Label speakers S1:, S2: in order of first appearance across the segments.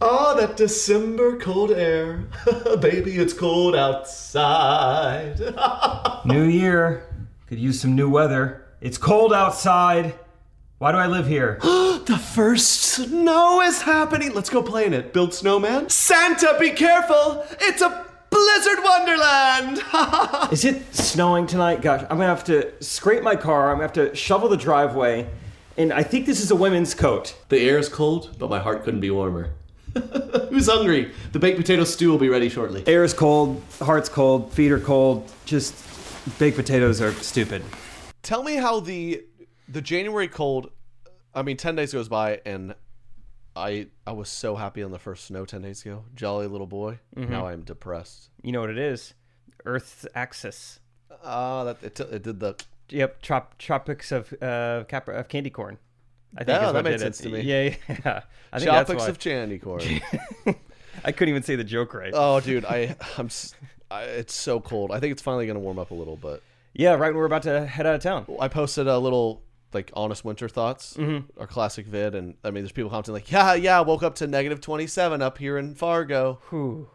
S1: Ah, that December cold air. Baby, it's cold outside.
S2: New year. Could use some new weather. It's cold outside. Why do I live here?
S1: the first snow is happening. Let's go play in it. Build snowman. Santa, be careful. It's a blizzard wonderland.
S2: Is it snowing tonight? Gosh, I'm gonna have to scrape my car. I'm gonna have to shovel the driveway. And I think this is a women's coat.
S1: the air is cold, but my heart couldn't be warmer. Who's hungry? The baked potato stew will be ready shortly.
S2: Air is cold, heart's cold, feet are cold. Just baked potatoes are stupid.
S1: Tell me how the the January cold. I mean, ten days goes by, and I I was so happy on the first snow ten days ago. Jolly little boy.
S2: Mm-hmm.
S1: Now I'm depressed.
S2: You know what it is? Earth's axis.
S1: Ah, that it, t- it did the.
S2: Yep, trop- tropics of uh, cap- of candy corn.
S1: Oh,
S2: I is
S1: that
S2: what
S1: made
S2: did
S1: sense
S2: it.
S1: to me.
S2: Yeah, yeah. I think that's
S1: Tropics
S2: why.
S1: of Chandy Corn.
S2: I couldn't even say the joke right.
S1: oh, dude, I I'm s I it's so cold. I think it's finally gonna warm up a little, but
S2: yeah, right when we're about to head out of town.
S1: I posted a little like honest winter thoughts,
S2: Mm-hmm.
S1: our classic vid, and I mean, there's people commenting like, yeah, yeah, I woke up to negative 27 up here in Fargo.
S2: Whew.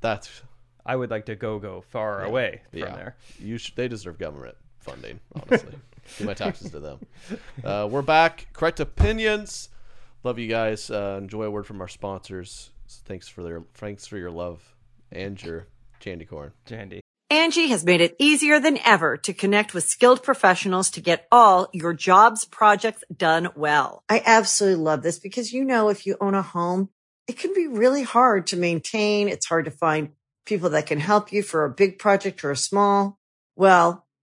S1: That's
S2: I would like to go go far away from
S1: yeah.
S2: there.
S1: You should, they deserve government funding, honestly. Do my taxes to them. Uh, we're back. Correct opinions. Love you guys. Uh, enjoy a word from our sponsors. Thanks for their thanks for your love and your candy corn.
S2: Jandy.
S3: Angie has made it easier than ever to connect with skilled professionals to get all your jobs projects done well.
S4: I absolutely love this because, you know, if you own a home, it can be really hard to maintain. It's hard to find people that can help you for a big project or a small. Well,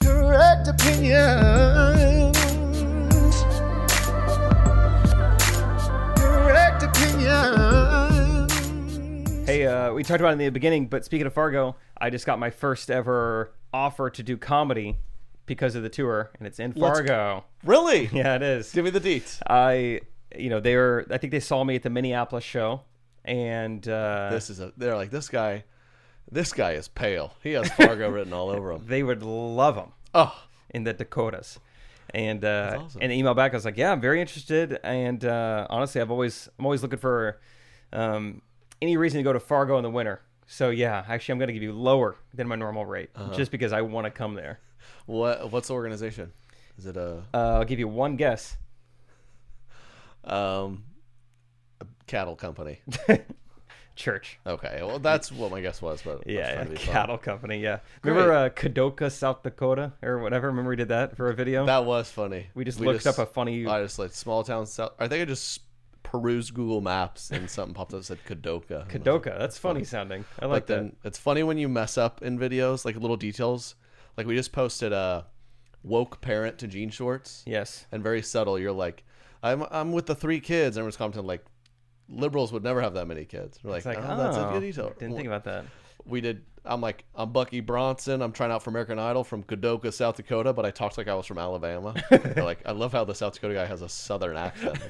S1: Correct opinions. Correct opinions.
S2: Hey, uh, we talked about it in the beginning, but speaking of Fargo, I just got my first ever offer to do comedy because of the tour, and it's in Fargo.
S1: Really?
S2: Yeah, Uh, it is.
S1: Give me the deets.
S2: I, you know, they were. I think they saw me at the Minneapolis show, and uh,
S1: This is a. They're like this guy. This guy is pale. He has Fargo written all over him.
S2: they would love them
S1: Oh,
S2: in the Dakotas. And uh,
S1: awesome.
S2: and the email back, I was like, yeah, I'm very interested, and uh, honestly, I've always I'm always looking for um, any reason to go to Fargo in the winter. So yeah, actually, I'm going to give you lower than my normal rate
S1: Uh-huh.
S2: just because I want to come there.
S1: what? What's the organization? Is it a
S2: Uh, I'll give you one guess.
S1: um a cattle company?
S2: Church.
S1: Okay. Well, that's what my guess was. But I was
S2: Yeah,
S1: trying
S2: yeah.
S1: to be fun.
S2: cattle company. Yeah. Remember uh, Kadoka, South Dakota, or whatever? Remember we did that for a video?
S1: That was funny.
S2: we just looked up a funny.
S1: I just like small town South. I think I just perused Google Maps and something popped up that said Kadoka. And I was like,
S2: Kadoka. That's funny sounding. I
S1: But
S2: like that.
S1: then it's funny when you mess up in videos, like little details. Like we just posted a woke parent to jean shorts,
S2: Yes.
S1: and very subtle. You're like, I'm I'm with the three kids, and everyone's commenting like, liberals would never have that many kids. We're like,
S2: It's like,
S1: oh, that's a
S2: oh,
S1: good detail.
S2: Didn't think about that.
S1: We did. I'm like, I'm Bucky Bronson. I'm trying out for American Idol from Kadoka, South Dakota, but I talked like I was from Alabama. They're like, I love how the South Dakota guy has a southern accent.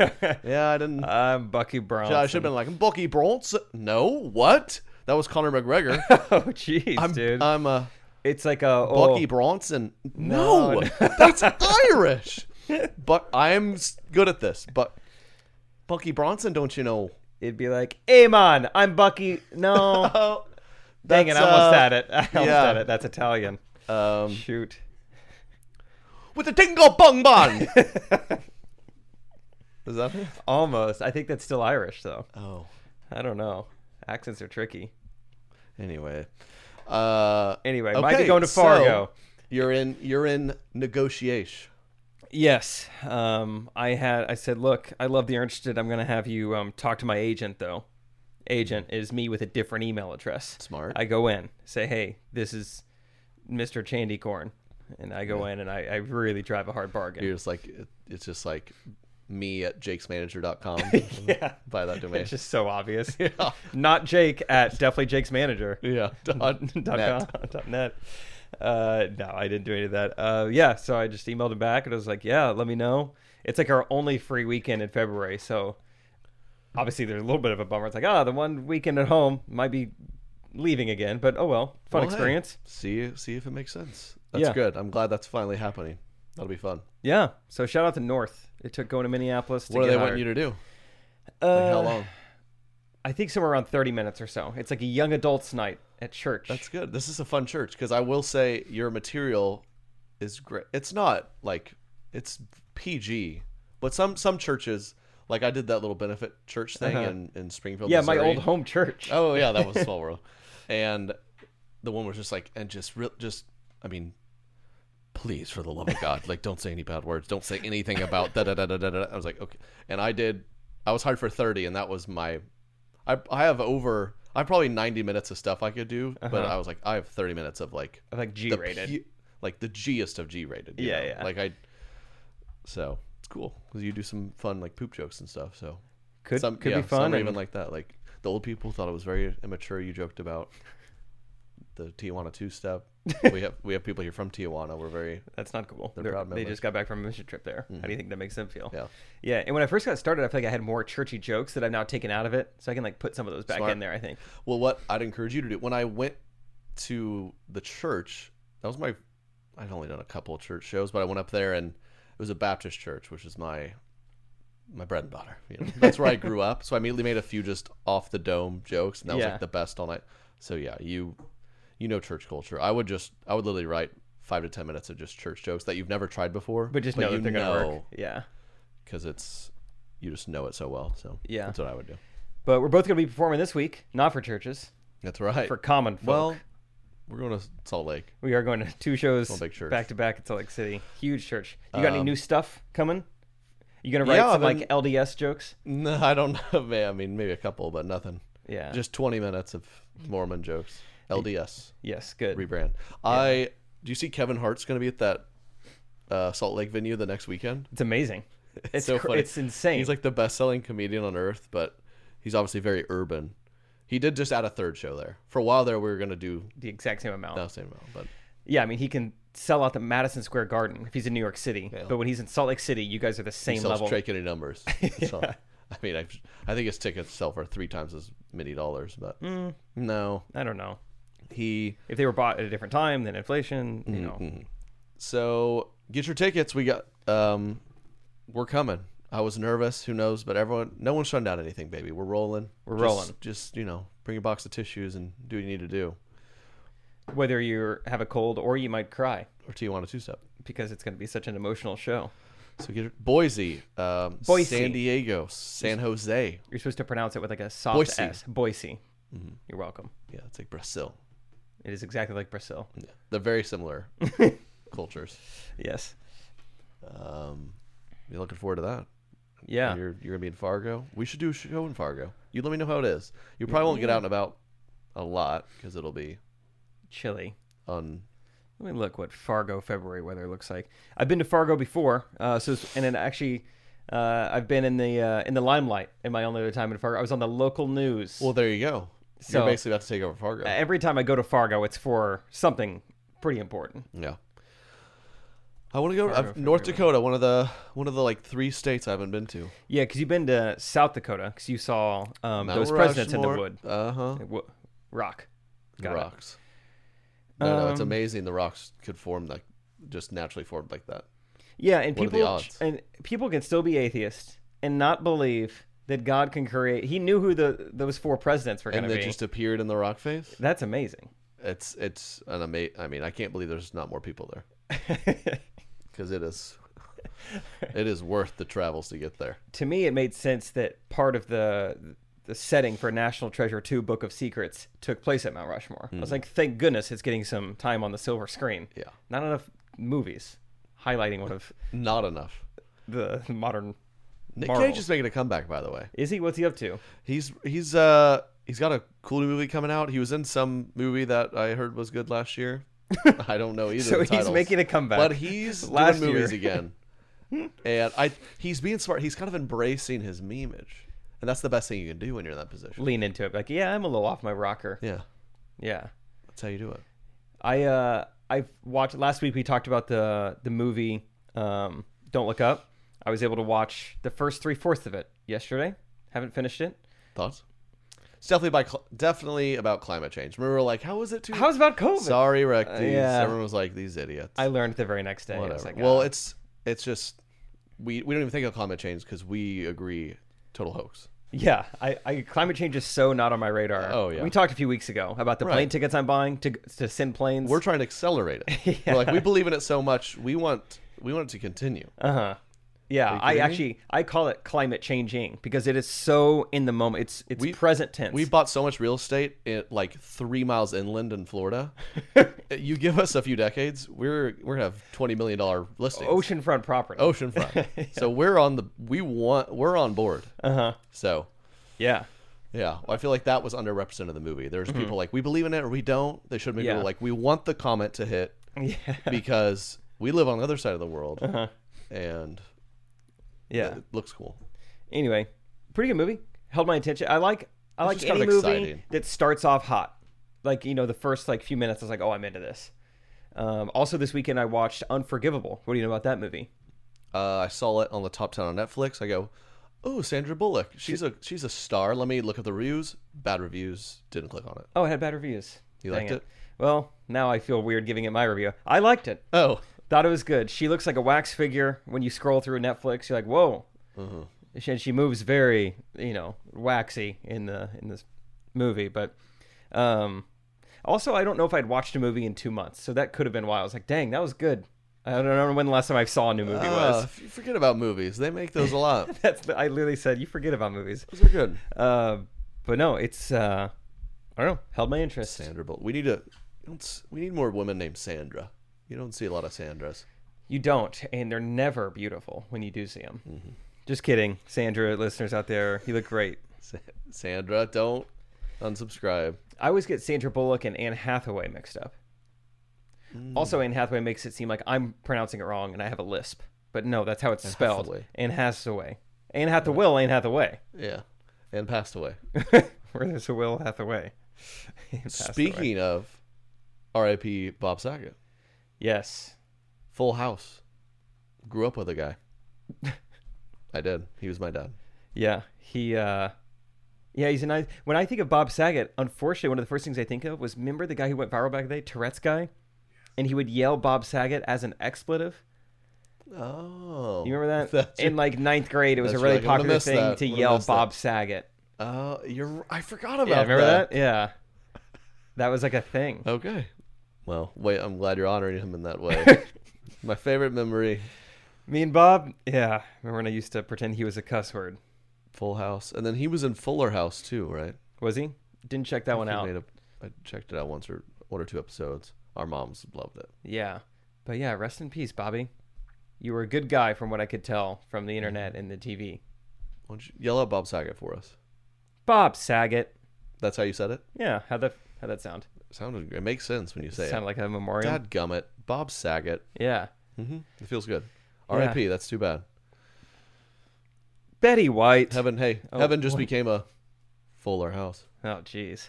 S1: yeah, I didn't.
S2: I'm Bucky Brown.
S1: I should have been like, I'm Bucky Bronson. No, what? That was Conor McGregor.
S2: Oh, jeez,
S1: I'm,
S2: dude.
S1: I'm uh,
S2: It's like a oh,
S1: Bucky Bronson. No,
S2: No,
S1: that's Irish. But I'm s- good at this. But Bucky Bronson, don't you know?
S2: It'd be like, Amon, I'm Bucky. No,
S1: Oh,
S2: dang it, I almost had it. I almost
S1: yeah.
S2: had it. That's Italian.
S1: Um,
S2: Shoot.
S1: with the tingle bong bong. Is that it?
S2: Almost. I think that's still Irish, though.
S1: Oh.
S2: I don't know. Accents are tricky.
S1: Anyway. Uh,
S2: Anyway, might be going to Fargo.
S1: so you're in. You're in negotiation.
S2: Yes. Um, I had. I said, look, I love that you're interested. I'm gonna have you um, talk to my agent, though. Agent is me with a different email address.
S1: Smart.
S2: I go in, say, hey, this is Mr. Chandy Corn, and I go in and I, I really drive a hard bargain.
S1: You're just like it- it's just like me at jakesmanager.com.
S2: Yeah.
S1: By that domain.
S2: It's just so obvious. Not Jake at definitely Jake's manager.
S1: yeah. dot
S2: dot
S1: net.
S2: com, dot net. Uh, no, I didn't do any of that. Uh, yeah, so I just emailed him back and I was like, yeah, let me know. It's like our only free weekend in February, so obviously there's a little bit of a bummer. It's like, ah, the one weekend at home might be leaving again, but oh well, fun
S1: Well, hey,
S2: experience.
S1: see see if it makes sense. That's
S2: Yeah.
S1: good. I'm glad that's finally happening. That'll be fun.
S2: Yeah, so shout out to North. It took going to Minneapolis. To
S1: what do
S2: get
S1: they
S2: hired.
S1: want you to do?
S2: Uh,
S1: Like how long?
S2: I think somewhere around 30 minutes or so. It's like a young adults night at church.
S1: That's good. This is a fun church because I will say your material is great. It's not like it's PG, but some some churches like I did that little benefit church thing in, in Springfield.
S2: Uh-huh. yeah, my
S1: Missouri.
S2: old home church.
S1: Oh yeah, that was Small World, and the one was just like, and just real, just I mean, please for the love of God, like don't say any bad words, don't say anything about da da da da da. da. I was like, okay, and I did. I was hired for thirty, and that was my. I I have over. I have probably ninety minutes of stuff I could do, but
S2: Uh-huh.
S1: I was like, I have thirty minutes of like
S2: like G
S1: the
S2: rated.
S1: pu- like the Gest of G rated.
S2: Yeah, yeah.
S1: Like I. So it's cool because you do some fun like poop jokes and stuff. So
S2: could
S1: some
S2: could
S1: yeah,
S2: be fun.
S1: Some are
S2: and-
S1: even like that. Like the old people thought it was very immature. You joked about the Tijuana two step. we have we have people here from Tijuana. We're very
S2: That's not cool.
S1: They're
S2: They're-
S1: proud
S2: they
S1: members. Mm-hmm.
S2: just got back from a mission trip there. How do you think that makes them feel?
S1: Yeah.
S2: Yeah. And when I first got started, I feel like I had more churchy jokes that I've now taken out of it. So I can like put some of those back
S1: Smart.
S2: in there, I think.
S1: well. What I'd encourage you to do when I went to the church, that was my. I'd only done a couple of church shows, but I went up there and it was a Baptist church, which is my my bread and butter. You know, that's where I grew up. So I immediately made a few just off the dome jokes, and that was
S2: Yeah.
S1: like the best all night. So yeah, you you know church culture. I would just I would literally write five to ten minutes of just church jokes that you've never tried before,
S2: But just know that they're going to work. Yeah.
S1: because it's you just know it so well. So
S2: Yeah.
S1: that's what I would do.
S2: But we're both going to be performing this week, not for churches,
S1: That's right.
S2: for common folk.
S1: well, we're going to Salt Lake.
S2: we are going to two shows
S1: big church. Um,
S2: back to back at Salt Lake City. Huge church. You got any new stuff coming? You going to write
S1: yeah,
S2: some
S1: I've been-
S2: like LDS jokes?
S1: No, I don't know. Man, I mean, maybe a couple, but nothing.
S2: Yeah.
S1: Just twenty minutes of Mormon jokes. LDS.
S2: Yes. Good.
S1: rebrand. I do you see Kevin Hart's going to be at that uh, Salt Lake venue the next weekend?
S2: It's amazing. It's,
S1: so
S2: cr-
S1: funny.
S2: it's insane.
S1: He's like the best-selling comedian on earth, but he's obviously very urban. He did just add a third show there. For a while there, we were going to do
S2: the exact same amount.
S1: the same amount, but
S2: Yeah, I mean, he can sell out the Madison Square Garden if he's in New York City. But when he's in Salt Lake City, you guys are the
S1: he
S2: same
S1: sells
S2: level.
S1: trickety numbers. So, I mean, I, I think his tickets sell for three times as many dollars, but no,
S2: I don't know.
S1: he
S2: If they were bought at a different time than inflation, you know.
S1: Mm-hmm. So get your tickets. We got um we're coming. I was nervous, who knows, but everyone no one's shutting down anything, baby. We're rolling. We're
S2: rolling.
S1: Just, you know, bring a box of tissues and do what you need to do.
S2: Whether you have a cold or you might cry
S1: Or Tijuana two step.
S2: because it's going to be such an emotional show.
S1: So get it. Boise, um
S2: Boise.
S1: San Diego, San Jose.
S2: You're supposed to pronounce it with like a soft
S1: Boise. Mm-hmm.
S2: S. Boise. You're welcome.
S1: Yeah, it's like Brazil.
S2: It is exactly like Brazil.
S1: They're very similar cultures.
S2: Yes.
S1: Um you're looking forward to that.
S2: Yeah.
S1: You're you're gonna be in Fargo. We should do a show in Fargo. You let me know how it is. You probably won't get out and about a lot because it'll be
S2: Chilly.
S1: on
S2: Let me look what Fargo February weather looks like. I've been to Fargo before, uh, so it's- and then actually, uh, I've been in the uh, in the limelight. In my only other time in Fargo, I was on the local news.
S1: Well, there you go.
S2: So-
S1: You're basically about to take over Fargo.
S2: every time I go to Fargo, it's for something pretty important.
S1: yeah. I want to go I've- North Dakota, one of the one of the like three states I haven't been to.
S2: Yeah, because you've been to South Dakota because you saw um, those presidents in the wood
S1: Uh huh.
S2: Wo- rock. Got it.
S1: Uh-huh. Rocks. No, no, it's
S2: Um,
S1: amazing the rocks could form like just naturally formed like that.
S2: Yeah, and
S1: What are the
S2: people
S1: odds?
S2: and people can still be atheists and not believe that God can create. He knew who the those four presidents were going
S1: And
S2: to
S1: they
S2: be.
S1: just appeared in the rock face.
S2: That's amazing.
S1: It's it's an amazing. I mean, I can't believe there's not more people there because it is it is worth the travels to get there.
S2: to me, it made sense that part of the the setting for National Treasure Two: Book of Secrets took place at Mount Rushmore. I was like, thank goodness it's getting some time on the silver screen.
S1: Mm-hmm. Yeah.
S2: not enough movies highlighting one of
S1: Not enough.
S2: the modern.
S1: Nick
S2: Marvel.
S1: Cage is making a comeback, by the way.
S2: Is he? What's he up to?
S1: He's he's uh he's got a cool new movie coming out. He was in some movie that I heard was good last year. I don't know either.
S2: So
S1: of the
S2: he's
S1: titles.
S2: making a comeback.
S1: but he's last
S2: Last
S1: doing movies
S2: year.
S1: again. and I he's being smart. He's kind of embracing his memeage, and that's the best thing you can do when you're in that position.
S2: Lean into it. Like, yeah, I'm a little off my rocker.
S1: Yeah,
S2: yeah.
S1: that's how you do it.
S2: I uh I watched last week we talked about the the movie um Don't Look Up. I was able to watch the first three fourths of it yesterday. Haven't finished it.
S1: Thoughts? It's definitely by cl- definitely about climate change. Remember, we're like, how was it? Too?
S2: How's about COVID?
S1: Sorry, Recties.
S2: Uh, yeah.
S1: Everyone was like, these idiots.
S2: I learned the very next day. I was
S1: Whatever.
S2: like,
S1: well,
S2: ah.
S1: it's it's just we we don't even think of climate change because we agree total hoax.
S2: yeah. I, I climate change is so not on my radar.
S1: Oh, yeah.
S2: We talked a few weeks ago about the
S1: Right.
S2: plane tickets I'm buying to to send planes.
S1: We're trying to accelerate it. We're like we believe in it so much. We want we want it to continue.
S2: yeah. I
S1: kidding me?
S2: actually I call it climate changing because it is so in the moment. It's it's present tense.
S1: We bought so much real estate at like three miles inland in Florida. Eh, you give us a few decades, we're we're gonna have twenty million dollar listings.
S2: oceanfront property.
S1: ocean front. So we're on the we want we're on board. Uh
S2: Uh-huh.
S1: huh. So
S2: yeah.
S1: yeah, I feel like that was underrepresented in the movie. There's people like we believe in it or we don't. They should make
S2: Mm-hmm. Yeah.
S1: people like we want the comment to hit
S2: Yeah.
S1: because we live on the other side of the world and
S2: Yeah.
S1: it looks cool.
S2: anyway, pretty good movie. Held my attention. I like I like
S1: just
S2: any
S1: kind of
S2: movie
S1: exciting.
S2: that starts off hot. Like you know, the first like few minutes, I was like, oh, I'm into this. Um, also, this weekend I watched Unforgivable. What do you know about that movie?
S1: Uh, I saw it on the top ten on Netflix. I go, oh, Sandra Bullock. She's a she's a star. Let me look at the reviews. Bad reviews. Didn't click on it.
S2: Oh, it had bad reviews.
S1: You
S2: Dang
S1: liked it?
S2: Well, now I feel weird giving it my review. I liked it.
S1: Oh,
S2: Thought it was good. She looks like a wax figure when you scroll through Netflix. You're like, whoa.
S1: Mm-hmm.
S2: She- And she moves very, you know, waxy in the in this movie. But um, also, I don't know if I'd watched a movie in two months, so that could have been why I was like, dang, that was good. I don't know when the last time I saw a new movie
S1: uh,
S2: was.
S1: if you forget about movies. They make those a lot.
S2: That's the, I literally said you forget about movies.
S1: those are good.
S2: Uh, but no, it's uh, I don't know, held my interest.
S1: Sandra Bullock. We need a we don't s- we need more women named Sandra. You don't see a lot of Sandras.
S2: You don't, and they're never beautiful when you do see them. Mm-hmm. Just kidding, Sandra, listeners out there, you look great.
S1: Sa- Sandra, don't unsubscribe.
S2: I always get Sandra Bullock and Anne Hathaway mixed up. Also, Anne Hathaway makes it seem like I'm pronouncing it wrong and I have a lisp, but no, that's how it's spelled.
S1: Hathaway.
S2: Anne Hathaway. Anne Hathaway. Will Anne Hathaway.
S1: Yeah, and passed away.
S2: Where there's a Will Hathaway. Anne passed away.
S1: Speaking of R.I.P. Bob Saget,
S2: yes,
S1: Full House. Grew up with a guy. I did. He was my dad.
S2: yeah, he. uh yeah, he's a nice. When I think of Bob Saget, unfortunately, one of the first things I think of was remember the guy who went viral back in the day, Tourette's guy, and he would yell Bob Saget as an expletive.
S1: Oh,
S2: You remember that?
S1: That's
S2: in like ninth grade, it was a
S1: that's
S2: really
S1: right. I would've
S2: popular
S1: missed
S2: thing
S1: that.
S2: to
S1: Would've
S2: yell
S1: missed that.
S2: Bob Saget.
S1: Uh, you're. I forgot about Uh,
S2: Yeah, remember that? Yeah. That was like a thing.
S1: Okay. Well, wait. I'm glad you're honoring him in that way. my favorite memory,
S2: Me and Bob, yeah. Remember when I used to pretend he was a cuss word?
S1: Full House, and then he was in Fuller House too, right?
S2: Was he? Didn't check that one
S1: He
S2: out.
S1: made a- I checked it out once or one or two episodes. Our moms loved it.
S2: Yeah. But yeah, rest in peace, Bobby. You were a good guy from what I could tell from the internet
S1: Mm-hmm.
S2: and the TV.
S1: Why don't you yell out Bob Saget for us?
S2: Bob Saget.
S1: That's how you said it.
S2: Yeah, how that how that sound?
S1: Sounded. It makes sense when you say
S2: Sound
S1: it.
S2: like a memorial.
S1: Dad gummit, Bob Saget.
S2: Yeah.
S1: Mm-hmm. It feels good. R.I.P. That's too bad.
S2: Betty White.
S1: Heaven. Hey, Heaven just became a Fuller House.
S2: Oh, jeez.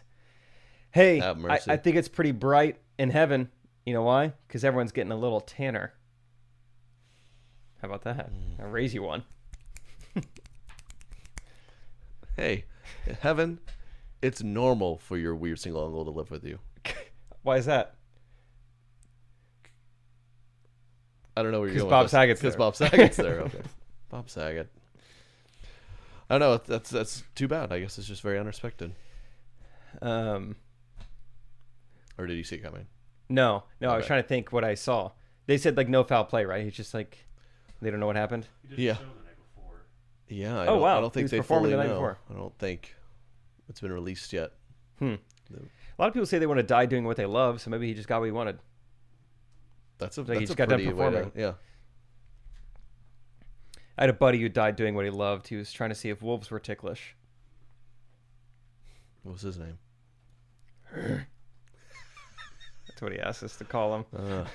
S2: Hey,
S1: Have
S2: I,
S1: mercy.
S2: I think it's pretty bright in heaven. You know why? Because everyone's getting a little tanner. How about that?
S1: Mm.
S2: I'll raise you one.
S1: Hey, in Heaven, it's normal for your weird single uncle to live with you.
S2: Why is that?
S1: I don't know where you're
S2: 'Cause
S1: going.
S2: Bob
S1: with this.
S2: Saget's
S1: 'Cause
S2: there.
S1: Bob Saget's there. Okay. Bob Saget. I don't know. That's that's too bad. I guess it's just very unexpected.
S2: Um,
S1: Or did you see it coming?
S2: no, no, I was
S1: Okay.
S2: trying to think what I saw. They said like no foul play, right? It's just like they don't know what happened.
S1: Yeah. Yeah. I
S2: Oh,
S1: don't,
S2: wow.
S1: I don't
S2: He
S1: think
S2: was
S1: they
S2: performing
S1: fully
S2: the night
S1: know.
S2: before.
S1: I don't think it's been released yet.
S2: A lot of people say they want to die doing what they love, so maybe he just got what he wanted.
S1: That's a
S2: Like he
S1: that's a
S2: just got done
S1: pretty way to,
S2: performing.
S1: yeah.
S2: I had a buddy who died doing what he loved. He was trying to see if wolves were ticklish.
S1: What was his name?
S2: That's what he asked us to call him.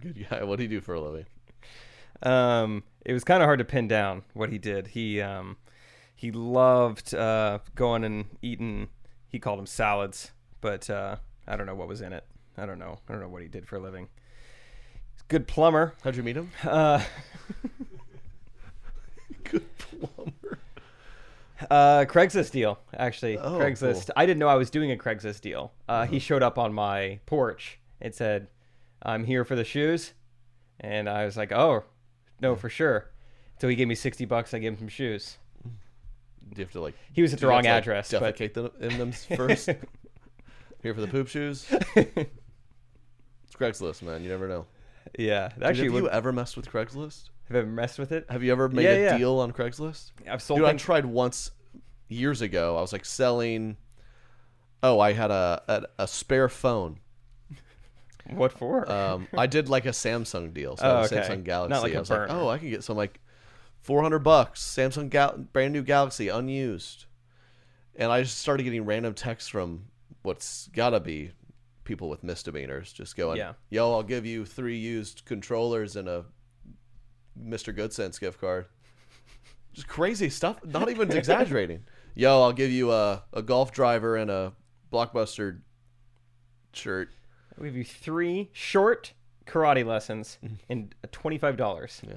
S1: Good guy. What would he do for a living?
S2: um, it was kind of hard to pin down what he did. He um, he loved uh, going and eating. He called them salads, but uh, I don't know what was in it. I don't know. I don't know what he did for a living. He's a Good plumber.
S1: How'd you meet him?
S2: Uh,
S1: Good plumber.
S2: uh, Craigslist deal, actually.
S1: Oh,
S2: Craigslist. I didn't know I was doing a Craigslist deal. Uh, He showed up on my porch and said, "I'm here for the shoes," and I was like, "Oh, no, for sure." So he gave me sixty bucks. I gave him some shoes.
S1: Do you have to like?
S2: He was at
S1: do
S2: the
S1: you
S2: wrong
S1: have to, like,
S2: address, but
S1: Defecate them in them first. Here for the poop shoes. it's Craigslist, man. You never know.
S2: Yeah, it actually,
S1: have
S2: would,
S1: you ever messed with Craigslist?
S2: have I messed with it?
S1: Have you ever made
S2: Yeah,
S1: a
S2: yeah.
S1: deal on Craigslist?
S2: I've sold
S1: Dude, I
S2: things-
S1: tried once years ago. I was like selling. Oh, I had a a, a spare phone.
S2: What for?
S1: Um, I did like a Samsung deal, so
S2: Oh,
S1: I had a
S2: okay.
S1: Samsung
S2: Not
S1: Galaxy.
S2: like a
S1: I was like,
S2: burner.
S1: oh, I can get some like four hundred bucks Samsung Gal- brand new Galaxy unused, and I just started getting random texts from what's gotta be people with misdemeanors, just going,
S2: Yeah.
S1: yo, I'll give you three used controllers and a Mister Good Sense gift card. Just crazy stuff. Not even exaggerating. Yo, I'll give you a, a golf driver and a blockbuster shirt.
S2: we give you three short karate lessons and twenty-five dollars
S1: Yeah.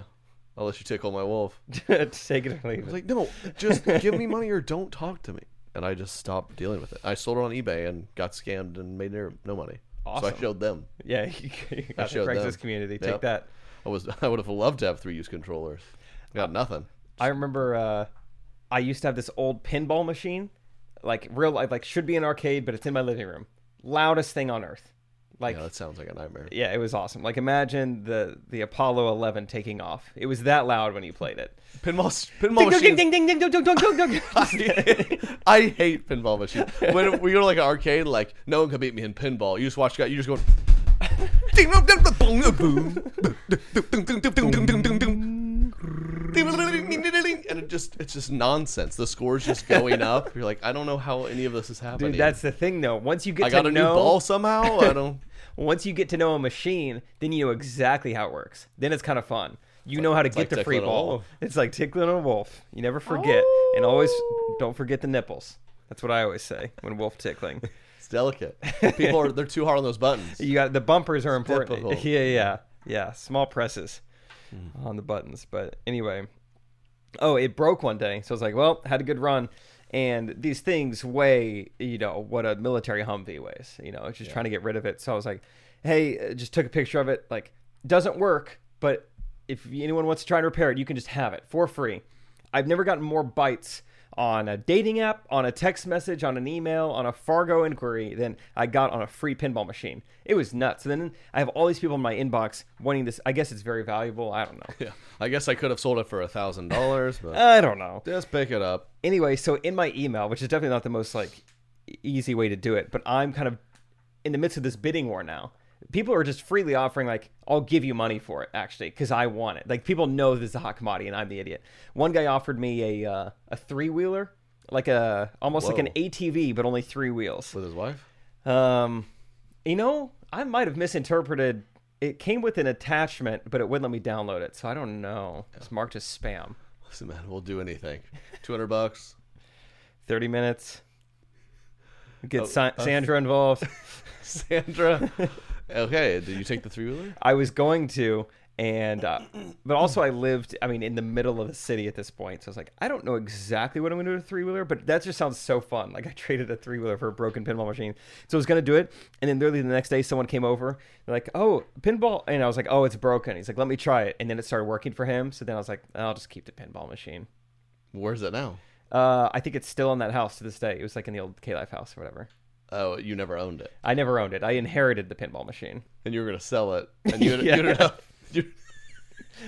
S1: I'll let you tickle my wolf.
S2: to take it or leave
S1: I was
S2: it.
S1: like, no, just give me money or don't talk to me. And I just stopped dealing with it. I sold it on eBay and got scammed and made no no money. So I
S2: Awesome.
S1: showed them.
S2: Yeah, you, you got the
S1: showed them.
S2: Craigslist community. Take
S1: Yep.
S2: that.
S1: I was I would have loved to have three used controllers. Got nothing.
S2: I remember uh, I used to have this old pinball machine, like real, like like, should be an arcade, but it's in my living room. Loudest thing on earth. Like
S1: Yeah, that sounds like a nightmare.
S2: yeah, it was awesome. Like imagine the the Apollo 11 taking off. It was that loud when you played it.
S1: Pinball pinball
S2: Ding ding
S1: machines.
S2: ding ding ding ding ding ding ding.
S1: I hate pinball machines. When we go to like an arcade, like no one can beat me in pinball. You just watch guy. You just go. Ding, dong, dong, dong, dong, dong, dong, dong, dong, dong, dong, dong, dong. And it just it's just nonsense. The score's just going up. You're like, I don't know how any of this is happening.
S2: Dude, that's the thing though. Once you get
S1: I got
S2: to
S1: a new
S2: know
S1: ball somehow. I don't.
S2: once you get to know a machine, then you know exactly how it works. Then it's kind of fun. You know how to get
S1: like
S2: to free
S1: tickling a
S2: ball.
S1: wolf.
S2: It's like tickling a wolf. You never forget, and always
S1: Oh.
S2: don't forget the nipples. That's what I always say when wolf tickling.
S1: It's delicate. People are they're too hard on those buttons.
S2: You got the bumpers are important.
S1: difficult.
S2: Yeah, yeah, yeah. Small presses
S1: Hmm.
S2: on the buttons, but anyway. Oh, it broke one day, so I was like, "Well, had a good run." And these things weigh, you know, what a military Humvee weighs. You know, it's just trying to get rid of it. So I was like, "Hey," uh, just took a picture of it. Like, doesn't work, but if anyone wants to try and repair it, you can just have it for free. I've never gotten more bites on a dating app, on a text message, on an email, on a Fargo inquiry than I got on a free pinball machine. It was nuts. And then I have all these people in my inbox wanting this. I guess it's very valuable. I don't know.
S1: Yeah. I guess I could have sold it for a thousand dollars, but
S2: I don't know.
S1: just pick it up.
S2: Anyway, so in my email, which is definitely not the most like e- easy way to do it, but I'm kind of in the midst of this bidding war now. People are just freely offering like, "I'll give you money for it," actually, because I want it. Like people know this is a hot commodity, and I'm the idiot. One guy offered me a uh, a three wheeler, like a almost like an
S1: Whoa.
S2: ATV, but only three wheels.
S1: With his wife.
S2: Um, you know, I might have misinterpreted. It came with an attachment, but it wouldn't let me download it, so I don't know. It's marked as spam.
S1: Listen, man, we'll do anything. Two hundred bucks.
S2: 30 minutes. Get Sa- Sandra involved.
S1: Sandra. Okay, did you take the three wheeler?
S2: I was going to, and uh, but also I lived, I mean, in the middle of the city at this point, so I was like, I don't know exactly what I'm gonna do with a three wheeler, but that just sounds so fun. Like I traded a three wheeler for a broken pinball machine, so I was gonna do it, and then literally the next day, someone came over, they're like, oh, pinball, and I was like, oh, it's broken. He's like, let me try it, and then it started working for him. So then I was like, I'll just keep the pinball machine.
S1: Where's it now?
S2: Uh, I think it's still on that house to this day. It was like in the old K Life house or whatever.
S1: Oh, you never owned it,
S2: I never owned it. I inherited the pinball machine.
S1: and you were gonna sell it, and you
S2: Yeah.
S1: you ended up. You,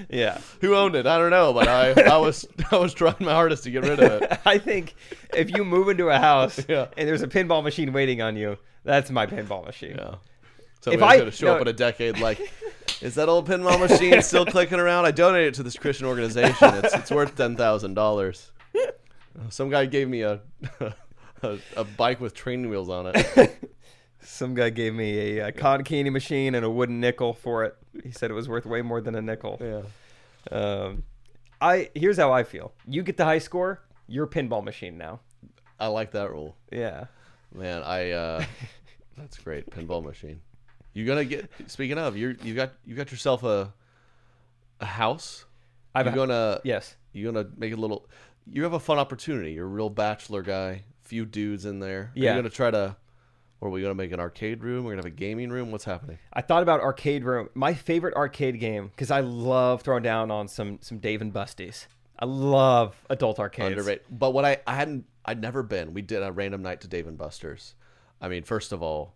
S2: Yeah.
S1: who owned it? I don't know, but I, I was I was trying my hardest to get rid of it.
S2: I think if you move into a house
S1: Yeah.
S2: and there's a pinball machine waiting on you, that's my pinball machine.
S1: Yeah. So
S2: If
S1: if I
S2: I-
S1: going to show
S2: no.
S1: up in a decade, like, is that old pinball machine still clicking around? I donated it to this Christian organization. It's it's worth ten thousand dollars. Some guy gave me a, a a bike with training wheels on it.
S2: Some guy gave me a, uh cotton candy machine and a wooden nickel for it. He said it was worth way more than a nickel.
S1: Yeah.
S2: Um, I here's how I feel. You get the high score, you're pinball machine now.
S1: I like that rule,
S2: Yeah.
S1: man. I uh, that's great pinball machine. You're gonna get. Speaking of, you you got you got yourself a a house.
S2: I've
S1: You're gonna
S2: yes.
S1: You're gonna make a little. You have a fun opportunity. You're a real bachelor guy. Few dudes in there. Are
S2: Yeah.
S1: you gonna try to. Or are we gonna make an arcade room? We're gonna have a gaming room. What's happening?
S2: I thought about arcade room. My favorite arcade game because I love throwing down on some some Dave and Busty's. I love adult arcades.
S1: Underrated. But what I I hadn't I'd never been. We did a random night to Dave and Buster's. I mean, first of all,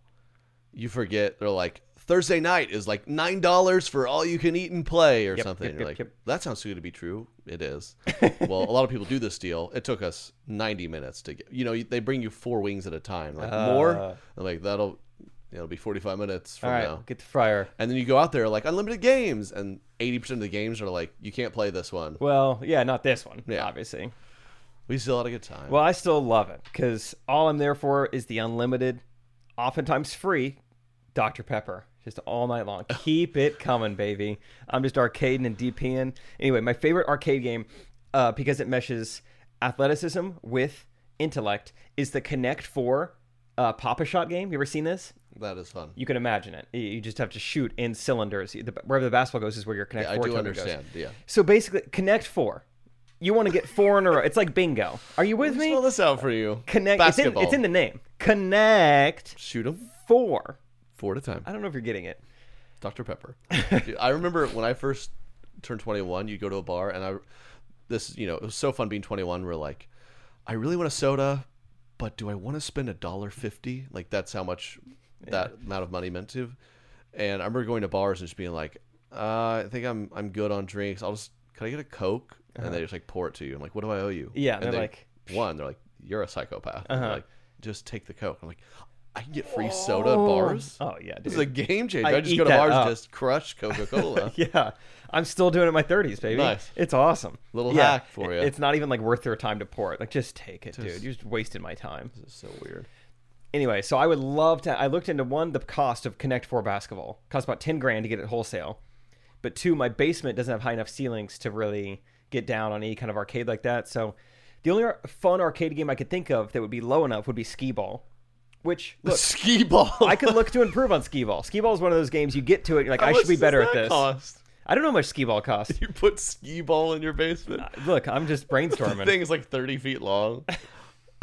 S1: you forget they're like Thursday night is like nine dollars for all you can eat and play or something.
S2: yep,
S1: You're like
S2: yep, yep.
S1: that sounds too good to be true. It is. well, a lot of people do this deal. It took us ninety minutes to get. You know, they bring you four wings at a time. Like
S2: Ah.
S1: more. I'm like that'll it'll be forty five minutes from
S2: All right,
S1: now.
S2: get the fryer.
S1: And then you go out there like unlimited games, and eighty percent of the games are like you can't play this one.
S2: Well, yeah, not this one,
S1: Yeah.
S2: obviously.
S1: We still had a good time.
S2: Well, I still love it because all I'm there for is the unlimited, oftentimes free, Dr. Pepper. Just all night long. Keep it coming, baby. I'm just arcading and DPing. Anyway, my favorite arcade game, uh, because it meshes athleticism with intellect, is the Connect 4 uh, Papa Shot game. You ever seen this?
S1: that is fun.
S2: You can imagine it. You- You just have to shoot in cylinders. The- Wherever the basketball goes is where your Connect
S1: I
S2: 4
S1: do
S2: cylinder goes.
S1: understand. Yeah.
S2: So basically, connect four. You want to get four in a row. It's like bingo. Are you with
S1: Spell
S2: me?
S1: this out for you.
S2: Connect. It's in,
S1: Basketball.
S2: it's in the name. Connect
S1: Shoot 'em
S2: four.
S1: four at a time.
S2: I don't know if you're getting it.
S1: Dr. Pepper. Dude, I remember when I first turned 21, you'd go to a bar, and I, this, you know, it was so fun being 21. We're like, I really want a soda, but do I want to spend a dollar fifty? Like that's how much that amount of money meant to. And I remember going to bars and just being like, uh, I think I'm I'm good on drinks. I'll just can I get a coke? And they just like pour it to you. I'm like, what do I owe you?
S2: Uh-huh. Yeah,
S1: And
S2: they're
S1: they-
S2: like- Uh-huh.
S1: one. They're like, you're a psychopath. And they're Like, just take the coke. I'm like, I can get free soda at bars.
S2: Oh yeah, dude.
S1: This is a game changer.
S2: I
S1: I, just
S2: eat
S1: go to
S2: that
S1: bars
S2: up.
S1: and just crush Coca Cola.
S2: yeah, I'm still doing it in my 30s, baby.
S1: Nice.
S2: It's awesome.
S1: Little
S2: Yeah.
S1: hack for ya.
S2: It's not even like worth their time to pour it. Like just take it, dude. You're just wasting my time.
S1: so weird.
S2: anyway, so I would love to. I looked into one, the cost of Connect Four basketball cost about ten grand to get it wholesale, but two, my basement doesn't have high enough ceilings to really get down on any kind of arcade like that. So, the only ar- fun arcade game I could think of that would be low enough would be skee ball, which look.
S1: Ski ball.
S2: I could look to improve on skee ball. Skee ball is one of those games you get to it, you're like
S1: How
S2: I
S1: much
S2: should be
S1: does
S2: better at
S1: that
S2: this.
S1: Cost?
S2: I don't know how much skee ball costs.
S1: You put skee ball in your basement.
S2: Look, I'm just
S1: The
S2: brainstorming.
S1: thing is like thirty feet long,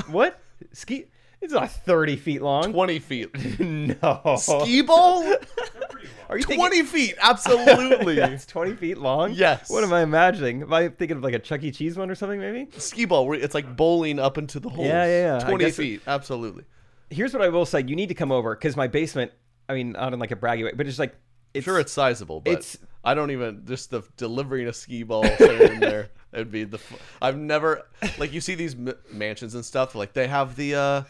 S2: What ski? It's not 30 feet long.
S1: twenty feet.
S2: No,
S1: Ski ball,
S2: Oh. are you thinking-
S1: twenty feet. Absolutely.
S2: It's 20 feet long?
S1: Yes.
S2: What am I imagining? Am I thinking of like a Chuck E. Cheese one or something, maybe?
S1: Ski ball. where It's like bowling up into the holes.
S2: Yeah, yeah, yeah. I
S1: Twenty
S2: guess it-
S1: feet. Absolutely.
S2: Here's what I will say. You need to come over because my basement, I mean, not in like a braggy way, but it's like, it's,
S1: sure, it's sizable, but
S2: it's-
S1: I don't even just the delivering a ski ball thing in there. It'd be the. fu- I've never like you see these m- mansions and stuff. Like they have the uh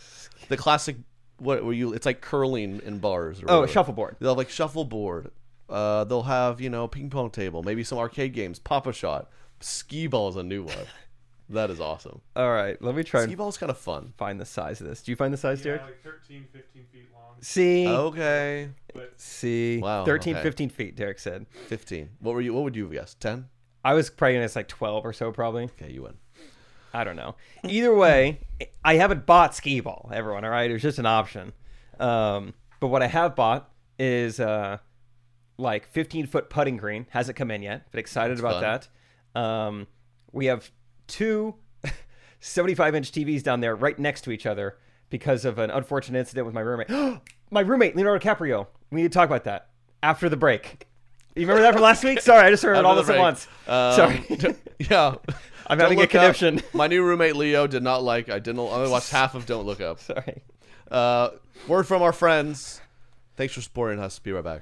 S1: the classic. What were you? It's like curling in bars. Or
S2: Oh,
S1: whatever.
S2: shuffleboard.
S1: They'll have like shuffleboard. Uh, they'll have you know ping pong table, maybe some arcade games, Papa Shot, skee ball is a new one. that is awesome.
S2: All right, let me try
S1: Skee
S2: and
S1: ball's kind of fun.
S2: find the size of this. Do you find the size,
S5: Yeah,
S2: Derek?
S5: like 13, 15 feet long.
S2: See?
S1: Okay,
S2: See?
S1: Oh. Wow,
S2: 13,
S1: okay.
S2: 15 feet, Derek said.
S1: fifteen. What were you? What would you have guessed? Ten?
S2: I was probably going to say like 12 or so, probably.
S1: Okay, you win.
S2: I don't know. Either way, I haven't bought skee ball, everyone, all right? It was just an option. Um, but what I have bought is uh, like 15 foot putting green. Hasn't come in yet, but excited about
S1: fun.
S2: that. Um, we have two 75 inch TVs down there right next to each other because of an unfortunate incident with my roommate. my roommate, Leonardo DiCaprio. We need to talk about that after the break. You remember that from last week? Sorry, I just remembered all this
S1: After
S2: at once.
S1: the break.
S2: Sorry.
S1: Um, yeah.
S2: I'm
S1: Don't
S2: having a
S1: Look Up.
S2: conniption.
S1: My new roommate Leo did not like. I didn't. I only watched half of Don't Look Up.
S2: Sorry.
S1: Uh, word from our friends. Thanks for supporting us. Be right back.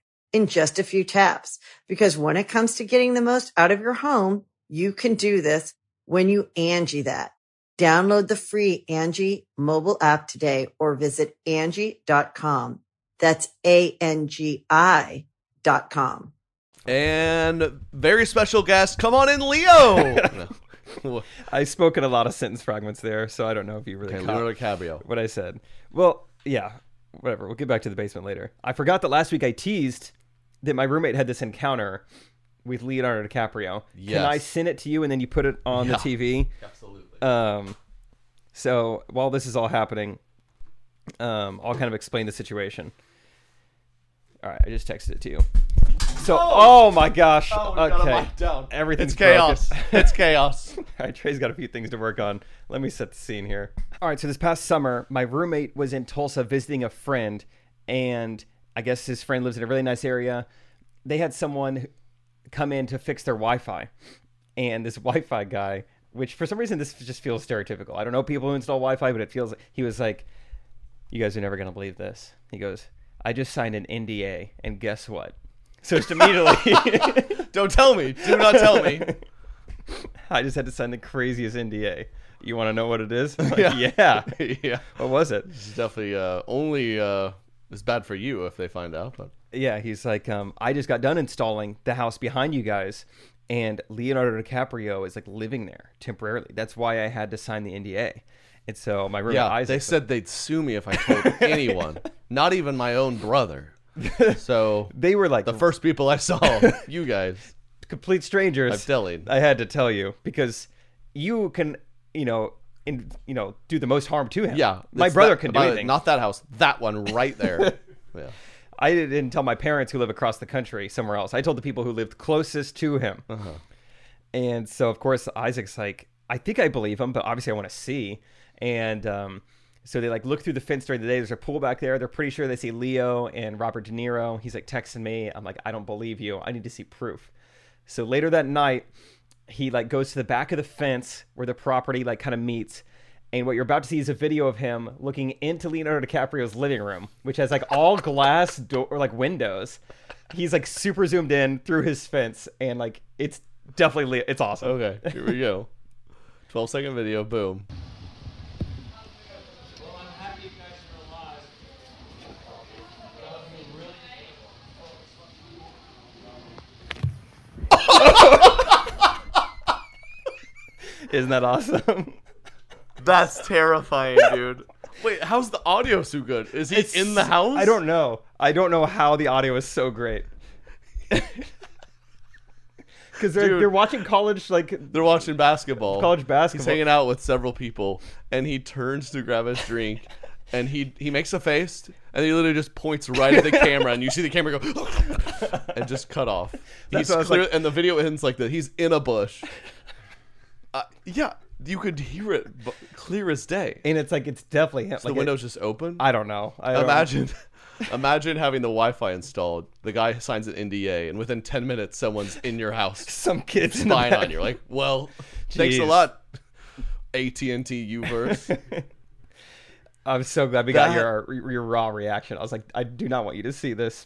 S4: in just a few taps. Because when it comes to getting the most out of your home, you can do this when you Angie that. Download the free Angie mobile app today or visit Angie.com. That's A-N-G-I dot com.
S1: And very special guest. Come on in, Leo. No.
S2: I spoke in a lot of sentence fragments there, so I don't know if you really
S1: okay,
S2: caught
S1: Leonardo DiCaprio.
S2: what I said. Well, yeah, whatever. We'll get back to the basement later. I forgot that last week I teased that my roommate had this encounter with Leonardo DiCaprio. Can I
S1: Yes.
S2: send it to you and then you put it on the TV?
S1: Absolutely.
S2: Um, so while this is all happening, um, I'll kind of explain the situation. All right, I just texted it to you. So, oh, my gosh. okay. Everything's
S1: It's chaos. it's chaos.
S2: All right, Trey's got a few things to work on. Let me set the scene here. All right, so this past summer, my roommate was in Tulsa visiting a friend, and I guess his friend lives in a really nice area. They had someone who- come in to fix their Wi Fi, and this Wi Fi guy, which for some reason this just feels stereotypical. I don't know people who install Wi Fi, but it feels he was like, you guys are never going to believe this. He goes, I just signed an NDA, and guess what? So just immediately.
S1: Don't tell me. Do not tell me.
S2: I just had to sign the craziest NDA. You want to know what it is? Like,
S1: Yeah.
S2: yeah.
S1: yeah.
S2: What was it?
S1: It's definitely uh, only uh, it's bad for you if they find out. But
S2: Yeah, he's like, um, I just got done installing the house behind you guys, and Leonardo DiCaprio is like living there temporarily. That's why I had to sign the NDA. And so my roommate
S1: yeah, they
S2: Isaac,
S1: said they'd sue me if I told anyone, not even my own brother. So
S2: they were like
S1: the first people I saw, you guys.
S2: complete strangers.
S1: I'm telling.
S2: I had to tell you because you can, you know, in, you know, do the most harm to him.
S1: Yeah,
S2: my
S1: it's
S2: brother
S1: that-
S2: can do
S1: by the-
S2: anything.
S1: Not that house. That one right there. yeah.
S2: I didn't tell my parents who live across the country somewhere else. I told the people who lived closest to him. And so, of course, Isaac's like, I think I believe him, but obviously I want to see. And um, so they like look through the fence during the day. There's a pool back there. They're pretty sure they see Leo and Robert De Niro. He's like texting me. I'm like, I don't believe you. I need to see proof. So later that night, he like goes to the back of the fence where the property like kind of meets. And what you're about to see is a video of him looking into Leonardo DiCaprio's living room, which has like all glass door or like windows. He's like super zoomed in through his fence, and like it's definitely Le- it's awesome.
S1: Okay. Here we go. Twelve second video. Boom.
S6: Well, I'm happy you guys are alive. But I feel really painful.
S2: Isn't that awesome?
S1: That's terrifying, dude. Wait, how's the audio so good? Is he in the house?
S2: I don't know. I don't know how the audio is so great. Because they're
S1: Dude.
S2: they're watching college like
S1: They're watching basketball.
S2: College
S1: He's
S2: basketball.
S1: hanging out with several people, and he turns to grab his drink, and he he makes a face, and he literally just points right at the camera, and you see the camera go, and just cut off. He's
S2: what I was
S1: clear,
S2: like-
S1: and the video ends like that. He's in a bush. Uh, yeah, you could hear it bu- clear as day.
S2: and it's like it's definitely him.
S1: the
S2: like, it-
S1: windows just open.
S2: I don't know. I don't-
S1: imagine. Imagine having the Wi-Fi installed. The guy signs an NDA, and within ten minutes, someone's in your house
S2: Some kids in the
S1: spying
S2: back.
S1: on you. Like, well, thanks a
S2: Jeez.
S1: lot, AT and T Uverse.
S2: I'm so glad we got
S1: That-
S2: your your raw reaction. I was like, I do not want you to see this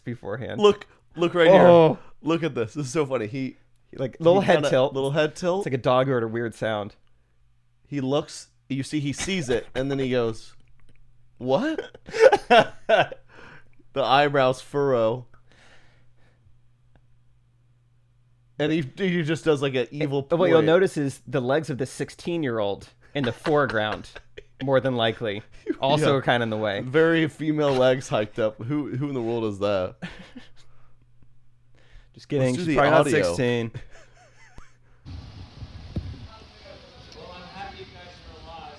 S2: beforehand.
S1: look, look right
S2: Oh.
S1: here. Look at this. This is so funny. He
S2: like little
S1: he
S2: head
S1: kinda-
S2: tilt,
S1: Little head tilt.
S2: It's like a dog who heard a weird sound.
S1: he looks. You see, he sees it, and then he goes, "What?" the eyebrows furrow. And he, he just does like an evil.
S2: But what you'll
S1: notice.
S2: notice is the legs of the 16 year old in the foreground, more than likely, also
S1: Yeah.
S2: kind of in the way.
S1: Very female legs hiked up. Who who in the world is that?
S2: Just kidding.
S1: do
S2: She's
S1: the
S2: probably
S1: audio.
S2: not 16.
S6: Well, I'm happy you guys are alive.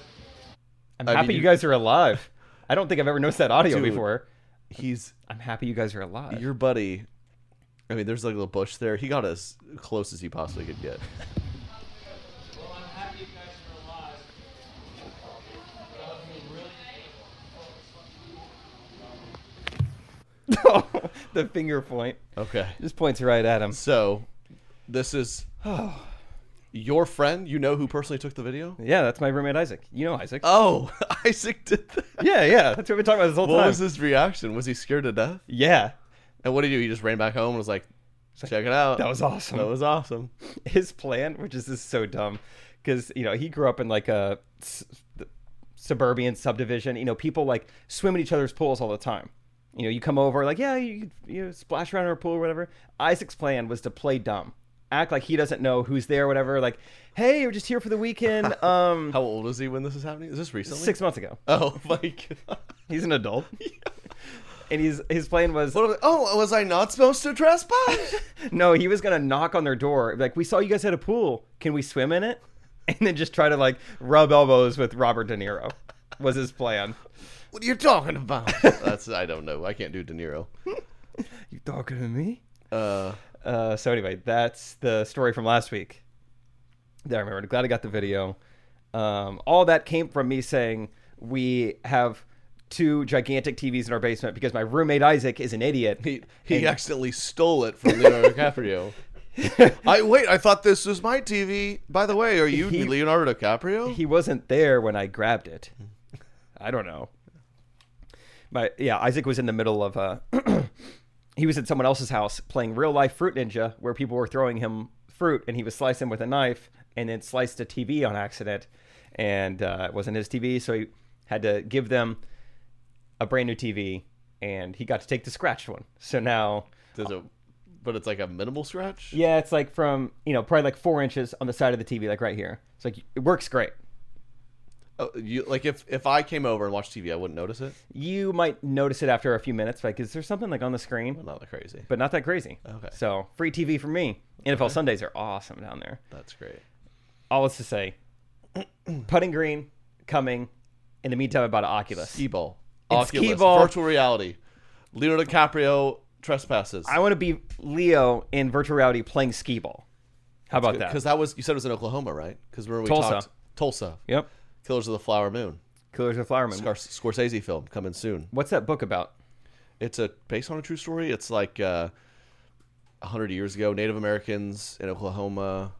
S2: I'm
S1: I mean,
S2: happy
S1: you-
S2: you guys are alive. I don't think I've ever noticed that audio
S1: Dude.
S2: before.
S1: He's
S2: I'm happy you guys are alive.
S1: your buddy. I mean, there's like a little bush there. He got as close as he possibly could get.
S6: Well, I'm happy you guys are alive. Love me, really.
S2: Oh, the finger point
S1: Okay.
S2: just points right at him.
S1: So, this is your friend. You know who personally took the video?
S2: Yeah, that's my roommate Isaac. You know Isaac.
S1: Oh, Isaac did that.
S2: yeah, yeah. That's what we've been talking about this whole
S1: What
S2: time.
S1: was his reaction? Was he scared to death?
S2: Yeah.
S1: And what did he do? He just ran back home and was like, "Check it out.
S2: That was awesome.
S1: That was awesome."
S2: his plan, which is just so dumb, because you know he grew up in like a s- suburban subdivision. You know, people like swim in each other's pools all the time. You know, you come over like, yeah, you could, you know, splash around in our pool or whatever. Isaac's plan was to play dumb, act like he doesn't know who's there, or whatever. Like, hey, we're just here for the weekend. Um,
S1: How old is he when this is happening? Is this recently?
S2: six months ago,
S1: Oh my god.
S2: he's an adult, and he's his plan was
S1: What am I- oh, was I not supposed to trespass?
S2: No, he was gonna knock on their door, like, "We saw you guys had a pool. Can we swim in it?" And then just try to like rub elbows with Robert De Niro. Was his plan?
S1: What are you talking about? That's I don't know. I can't do De Niro.
S2: You talking to me?
S1: Uh,
S2: Uh, so anyway, that's the story from last week. That I remembered. Glad I got the video. Um, all that came from me saying we have two gigantic TVs in our basement because my roommate Isaac is an idiot.
S1: he he accidentally stole it from Leonardo DiCaprio. I wait. I thought this was my TV. By the way, are you
S2: He-
S1: Leonardo DiCaprio?
S2: he wasn't there when I grabbed it. I don't know. But yeah, Isaac was in the middle of uh he was at someone else's house playing real life fruit ninja where people were throwing him fruit and he was slicing with a knife and then sliced a TV on accident and uh, it wasn't his TV so he had to give them a brand new TV and he got to take the scratched one. So now
S1: There's a, but it's like a minimal scratch.
S2: yeah, it's like from you know probably like four inches on the side of the TV like right here. It's like it works great.
S1: Oh, you like if if I came over and watched TV, I wouldn't notice it.
S2: you might notice it after a few minutes like is there something like on the screen
S1: Not that crazy.
S2: but not that crazy
S1: Okay.
S2: so free tv for me nfl sundays are awesome down there
S1: That's great.
S2: all is to say putting green coming in the meantime about an oculus
S1: Skee ball.
S2: It's
S1: Oculus.
S2: skee ball.
S1: Virtual reality. Leonardo DiCaprio trespasses.
S2: i want to be leo in virtual reality playing skee ball how about that
S1: Because that was you said it was in Oklahoma, right? Because remember we
S2: Tulsa.
S1: talked Tulsa.
S2: yep
S1: Killers of the Flower Moon.
S2: killers of the flower moon
S1: Scar- Scorsese film coming soon.
S2: what's that book about
S1: It's a based on a true story. It's like uh, hundred years ago, Native Americans in Oklahoma.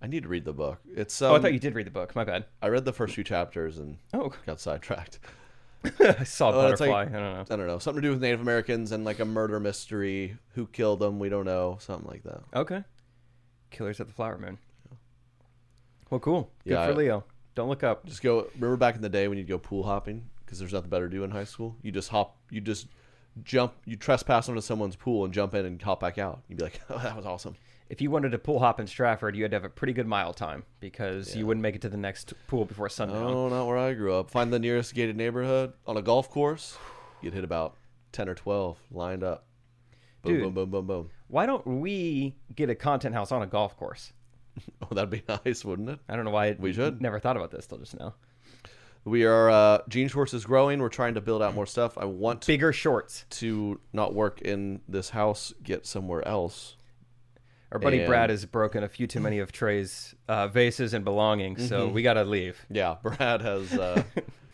S1: I need to read the book. It's um,
S2: oh
S1: I,
S2: i thought you did read the book my bad
S1: read the first few chapters and
S2: Oh, okay.
S1: got sidetracked.
S2: i saw
S1: But it's
S2: butterfly
S1: Oh, like-
S2: i don't know
S1: I don't know something to do with Native Americans and like a murder mystery. Who killed them? We don't know. Something like that.
S2: okay killers of the flower moon well cool good
S1: Yeah,
S2: for
S1: I-
S2: leo don't look up
S1: Just go. Remember back in the day when you'd go pool hopping because there's nothing better to do in high school. You just hop. You just jump. You trespass onto someone's pool and jump in and hop back out. You'd be like, oh, that was awesome.
S2: if you wanted to pool hop in Stratford, you had to have a pretty good mile time because you wouldn't make it to the next pool before sundown.
S1: No, not where I grew up. Find the nearest gated neighborhood on a golf course. You'd hit about ten or twelve lined up. Boom,
S2: Dude.
S1: boom, boom, boom, boom.
S2: Why don't we get a content house on a golf course?
S1: Oh, that'd be nice, wouldn't it?
S2: I don't know why
S1: We should.
S2: Never thought about this till just now.
S1: We are uh, Gene Schwartz is growing. We're trying to build out more stuff. I want
S2: Bigger shorts.
S1: to not work in this house, get somewhere else.
S2: Our buddy
S1: And-
S2: Brad has broken a few too many of Trey's uh, vases and belongings, so
S1: Mm-hmm.
S2: we gotta leave.
S1: Yeah, Brad has uh,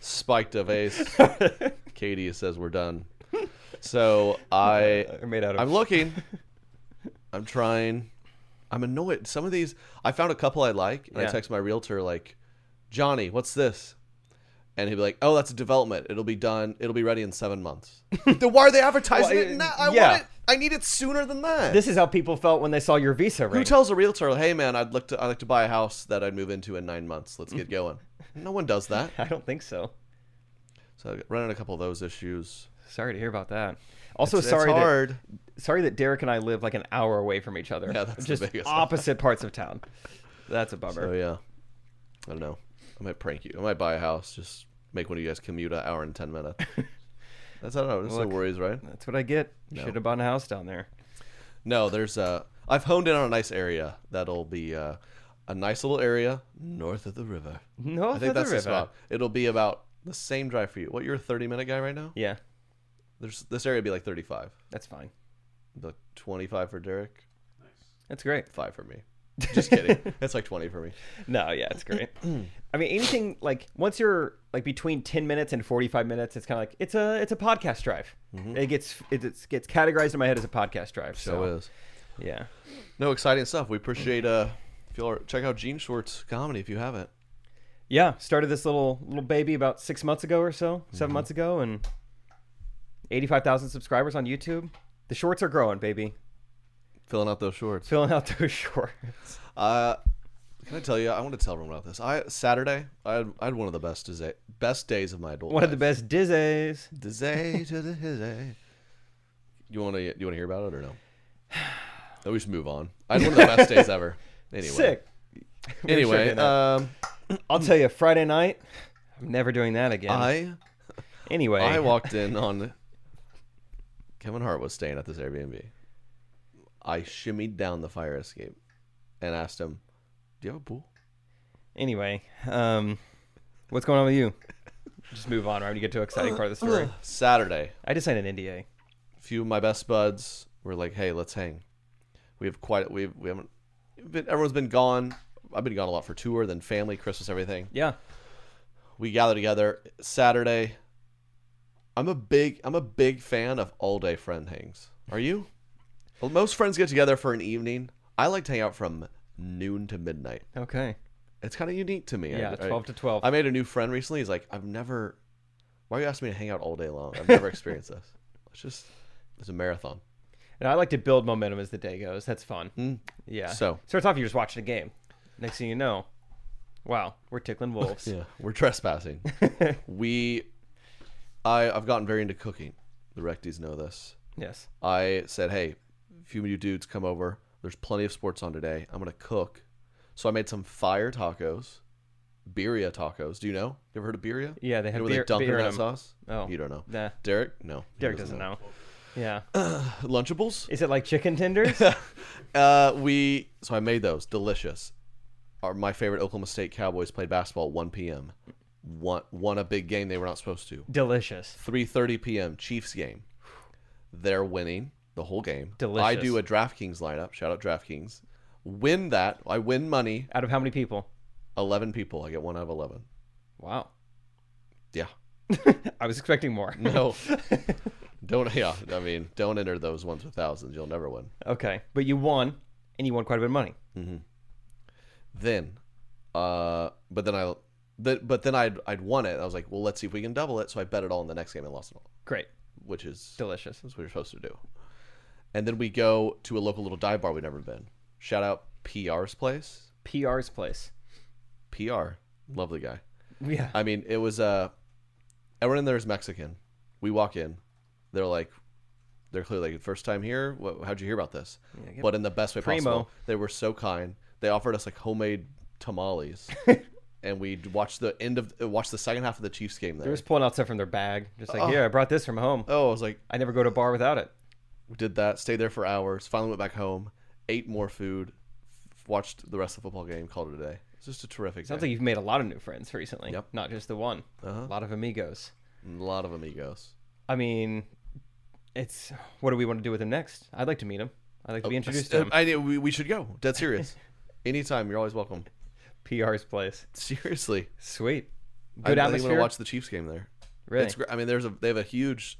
S1: spiked a vase. Katie says we're done. So I
S2: They're made out of.
S1: I'm looking. I'm trying. I'm annoyed. Some of these, I found a couple I like, and I
S2: Yeah.
S1: text my realtor like, "Johnny, what's this?" And he'd be like, "Oh, that's a development. It'll be done. It'll be ready in seven months." then why are they advertising
S2: Well,
S1: it? Now? I
S2: yeah.
S1: want it. I need it sooner than that.
S2: This is how people felt when they saw your visa
S1: Who
S2: ring.
S1: tells a realtor, "Hey, man, I'd like to. I'd like to buy a house that I'd move into in nine months. Let's get going." No one does that.
S2: I don't think so.
S1: So I ran into a couple of those issues.
S2: Sorry to hear about that. Also,
S1: It's- it's
S2: sorry that
S1: hard.
S2: sorry that Derek and I live like an hour away from each other.
S1: Yeah, that's the
S2: just
S1: biggest-
S2: opposite parts of town. That's a bummer.
S1: Oh yeah. I don't know. I might prank you. I might buy a house. Just make one of you guys commute an hour and ten minutes. That's I don't know. There's no
S2: Look.
S1: worries, right?
S2: That's what I get. Should have bought a house down there.
S1: No, there's uh I've honed in on a nice area that'll be uh, a nice little area north of the river.
S2: No,
S1: I think that's the spot. It'll be about the same drive for you. What you're a 30 minute guy right now?
S2: Yeah,
S1: There's this area would be like 35,
S2: that's fine.
S1: Be like 25 for Derek,
S2: That's great.
S1: five for me. Just kidding. it's like 20 for me.
S2: No, yeah, it's great. I mean, anything like once you're like between ten minutes and forty five minutes, it's kind of like it's a it's a podcast drive. It gets it it's, gets categorized in my head as a podcast drive. Mm-hmm. So,
S1: So is.
S2: yeah,
S1: No exciting stuff. We appreciate uh if y'all are, check out Gene Schwartz comedy if you haven't.
S2: yeah. Started this little little baby about six months ago or so, 7 months ago, and eighty five thousand subscribers on YouTube. The shorts are growing, baby.
S1: filling out those shorts.
S2: Filling out those shorts.
S1: Uh, can I tell you? I want to tell everyone about this. I Saturday, I had, I had one of the best days, best days of my adult.
S2: One of the best dizzies.
S1: best. Day to the day. You want to you want to hear about it or no? Then we just move on. I had one of the best days ever. Anyway,
S2: Sick.
S1: Anyway,
S2: doing that.
S1: um,
S2: I'll tell you, Friday night, I'm never doing that again.
S1: I
S2: anyway,
S1: I walked in on Kevin Hart was staying at this Airbnb. I shimmied down the fire escape and asked him, "Do you have a pool?"
S2: anyway, um, what's going on with you? Just move on, right? When you get to an exciting part of the story.
S1: Saturday,
S2: I just signed an NDA.
S1: few of my best buds were like, "Hey, let's hang." We have quite we we haven't been, everyone's been gone. I've been gone a lot for tour, then family, Christmas, everything.
S2: Yeah,
S1: We gather together Saturday. I'm a big I'm a big fan of all day friend hangs. Are you? Well, most friends get together for an evening. I like to hang out from noon to midnight.
S2: okay.
S1: It's kind of unique to me.
S2: Yeah,
S1: I- I-
S2: 12 to 12.
S1: I made a new friend recently. He's like, I've never. Why are you asking me to hang out all day long? I've never experienced this. It's just it's a marathon.
S2: And I like to build momentum as the day goes. That's fun. Yeah.
S1: So-
S2: starts off you're just watching a game. Next thing you know, wow, we're tickling wolves.
S1: Yeah, we're trespassing. we, I, I've gotten very into cooking. The Recties know this.
S2: Yes.
S1: I said, hey, a few of you dudes come over. There's plenty of sports on today. I'm gonna cook. So I made some fire tacos, birria tacos. Do you know? You ever heard of birria?
S2: Yeah, they
S1: You
S2: have
S1: know, where
S2: beer-
S1: they dunk it
S2: beer
S1: in that
S2: in 'em.
S1: sauce.
S2: Oh.
S1: you don't know.
S2: Nah.
S1: Derek? No, he
S2: Derek doesn't know. Yeah.
S1: Lunchables?
S2: Is it like chicken tenders?
S1: Uh, we so I made those delicious. Our my favorite Oklahoma State Cowboys played basketball at 1 p.m. Won won a big game they were not supposed to.
S2: Delicious.
S1: 3:30 p.m. Chiefs game. They're winning the whole game. I
S2: Delicious.
S1: do a DraftKings lineup. Shout out DraftKings. Win that. I win money.
S2: Out of how many people?
S1: 11 people. I get one out of 11.
S2: Wow.
S1: Yeah.
S2: I was expecting more.
S1: No. don't yeah. I mean, don't enter those ones with thousands. You'll never win.
S2: Okay, but you won, and you won quite a bit of money.
S1: then uh but then i th- but then i'd i'd won it i was like well let's see if we can double it so i bet it all in the next game and lost it all
S2: Great,
S1: which is
S2: delicious.
S1: that's what you're supposed to do and then we go to a local little dive bar we've never been shout out pr's place
S2: PR's place.
S1: pr lovely guy
S2: Yeah,
S1: i mean it was uh everyone in there is mexican we walk in they're like they're clearly like first time here what, how'd you hear about this but in the best way
S2: primo.
S1: possible they were so kind they offered us like homemade tamales and we watched the end of watched the second half of the chiefs game there
S2: they're just pulling out stuff from their bag. Just like, here, I brought this from home.
S1: oh i was like
S2: I never go to a bar without it.
S1: did that stayed there for hours finally went back home ate more food f- watched the rest of the football game called it a day it's just a terrific
S2: Sounds
S1: day.
S2: like you've made a lot of new friends recently.
S1: Yep. Uh-huh.
S2: Not just the one. A lot of amigos.
S1: a lot of amigos
S2: I mean, it's what do we want to do with them next? I'd like to meet him. I'd like to be introduced to him.
S1: Oh, I, I, we, we should go dead serious anytime you're always welcome
S2: PR's place.
S1: seriously
S2: Sweet. Good
S1: I, I think I'm
S2: atmosphere.
S1: gonna watch the Chiefs game there.
S2: really?
S1: It's great. I mean, there's a they have a huge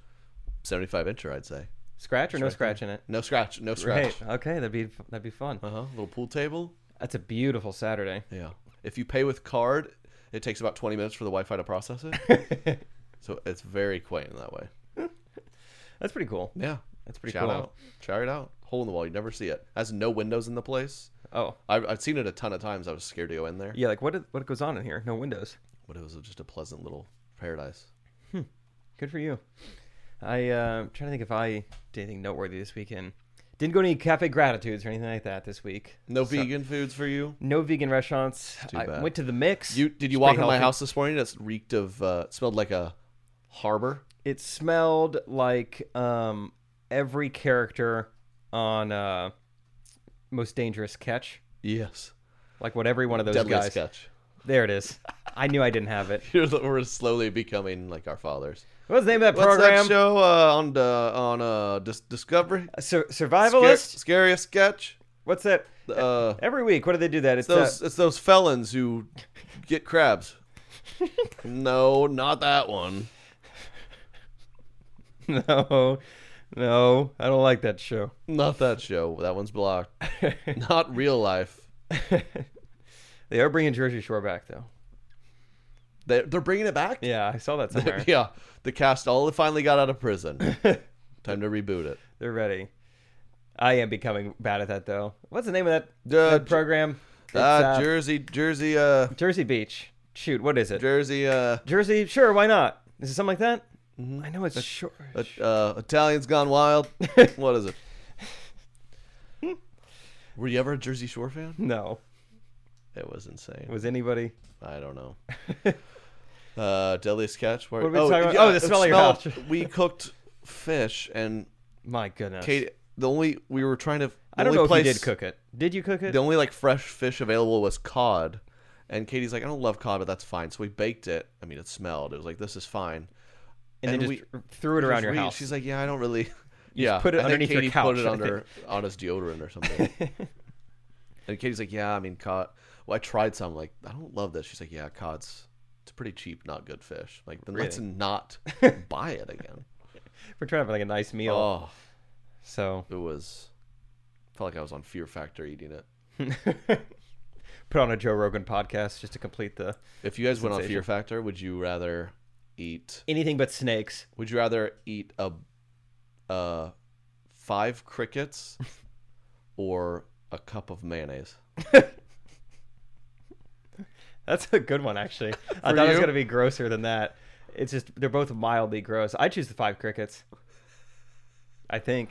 S1: 75 incher, I'd say.
S2: Scratch or no scratch in it?
S1: No scratch, no scratch.
S2: Right. Okay, that'd be that'd be fun.
S1: Uh huh. Little pool table.
S2: That's a beautiful Saturday.
S1: Yeah. If you pay with card, it takes about 20 minutes for the Wi-Fi to process it. so it's very quaint in that way.
S2: That's pretty cool.
S1: Yeah.
S2: That's pretty
S1: Shout
S2: cool.
S1: out. Shout it out. Hole in the wall. You never see it. Has no windows in the place.
S2: Oh,
S1: I've, I've seen it a ton of times. I was scared to go in there.
S2: yeah. Like what? What goes on in here? No windows.
S1: But it was just a pleasant little paradise.
S2: Good for you. I uh, I'm trying to think if I did anything noteworthy this weekend. Didn't go to any cafe gratitudes or anything like that this week.
S1: No vegan foods for you.
S2: No vegan restaurants.
S1: too
S2: I
S1: bad.
S2: went to the mix.
S1: You did you
S2: It's
S1: walk
S2: pretty
S1: into my
S2: healthy.
S1: house this morning? That's reeked of uh, smelled like a harbor.
S2: It smelled like um, every character on uh, Most Dangerous Catch.
S1: Yes.
S2: Like what every one of those
S1: Deadly
S2: guys.
S1: sketch.
S2: There it is. I knew I didn't have it.
S1: You're- We're slowly becoming like our fathers.
S2: What's the name of that
S1: What's
S2: program?
S1: that show uh, on uh, on uh, Dis- Discovery?
S2: Sur-
S1: Scar-
S2: survivalist.
S1: scariest sketch.
S2: What's that?
S1: Uh,
S2: Every week, what do they do that? It's
S1: those
S2: that-
S1: it's those felons who get crabs. no, not that one.
S2: no, no. I don't like that show.
S1: Not that show. That one's blocked. not real life.
S2: They are bringing Jersey Shore back though.
S1: They they're bringing it back.
S2: Yeah, I saw that somewhere.
S1: yeah. The cast all finally got out of prison. Time to reboot it.
S2: They're ready. I am becoming bad at that though. What's the name of that,
S1: Uh,
S2: that
S1: Jer-
S2: program? It's,
S1: Ah,
S2: uh,
S1: Jersey, Jersey, uh,
S2: Jersey Beach. Shoot, what is it?
S1: Jersey, uh,
S2: Jersey, sure, why not? Is it something like that?
S1: Mm-hmm.
S2: I know it's short.
S1: uh, Italians Gone Wild. what is it? Were you ever a Jersey Shore fan?
S2: no.
S1: It was insane.
S2: Was anybody?
S1: I don't know. uh, deadly sketch. Where,
S2: What are we talking about? Oh, the smell of your house.
S1: we cooked fish, and
S2: My goodness.
S1: Kate. The only we were trying to. the
S2: I don't
S1: only
S2: know
S1: place,
S2: if you did cook it. Did you cook it?
S1: The only like fresh fish available was cod, and Katie's like, I don't love cod, but that's fine. So we baked it. I mean, it smelled. It was like this is fine.
S2: and then
S1: and
S2: just threw
S1: It
S2: it
S1: was
S2: around your
S1: weird.
S2: house.
S1: She's like, yeah, I don't really. yeah,
S2: put it
S1: I think
S2: underneath your
S1: Katie
S2: couch,
S1: Put it
S2: I
S1: under on his deodorant or something. and Katie's like, yeah, I mean, cod. Well, I tried some. Like, I don't love this. She's like, yeah, cod's it's pretty cheap, not good fish. Like, then let's not buy it again.
S2: We're trying to have like a nice meal.
S1: oh,
S2: So
S1: it was felt like I was on Fear Factor eating it.
S2: put on a Joe Rogan podcast just to complete the
S1: If you guys went on Fear Factor, would you rather eat?
S2: anything but snakes.
S1: Would you rather eat a, uh, five crickets, or a cup of mayonnaise?
S2: That's a good one actually. I
S1: For
S2: thought it was
S1: you?
S2: gonna be grosser than that. It's just they're both mildly gross. I choose the five crickets. I think.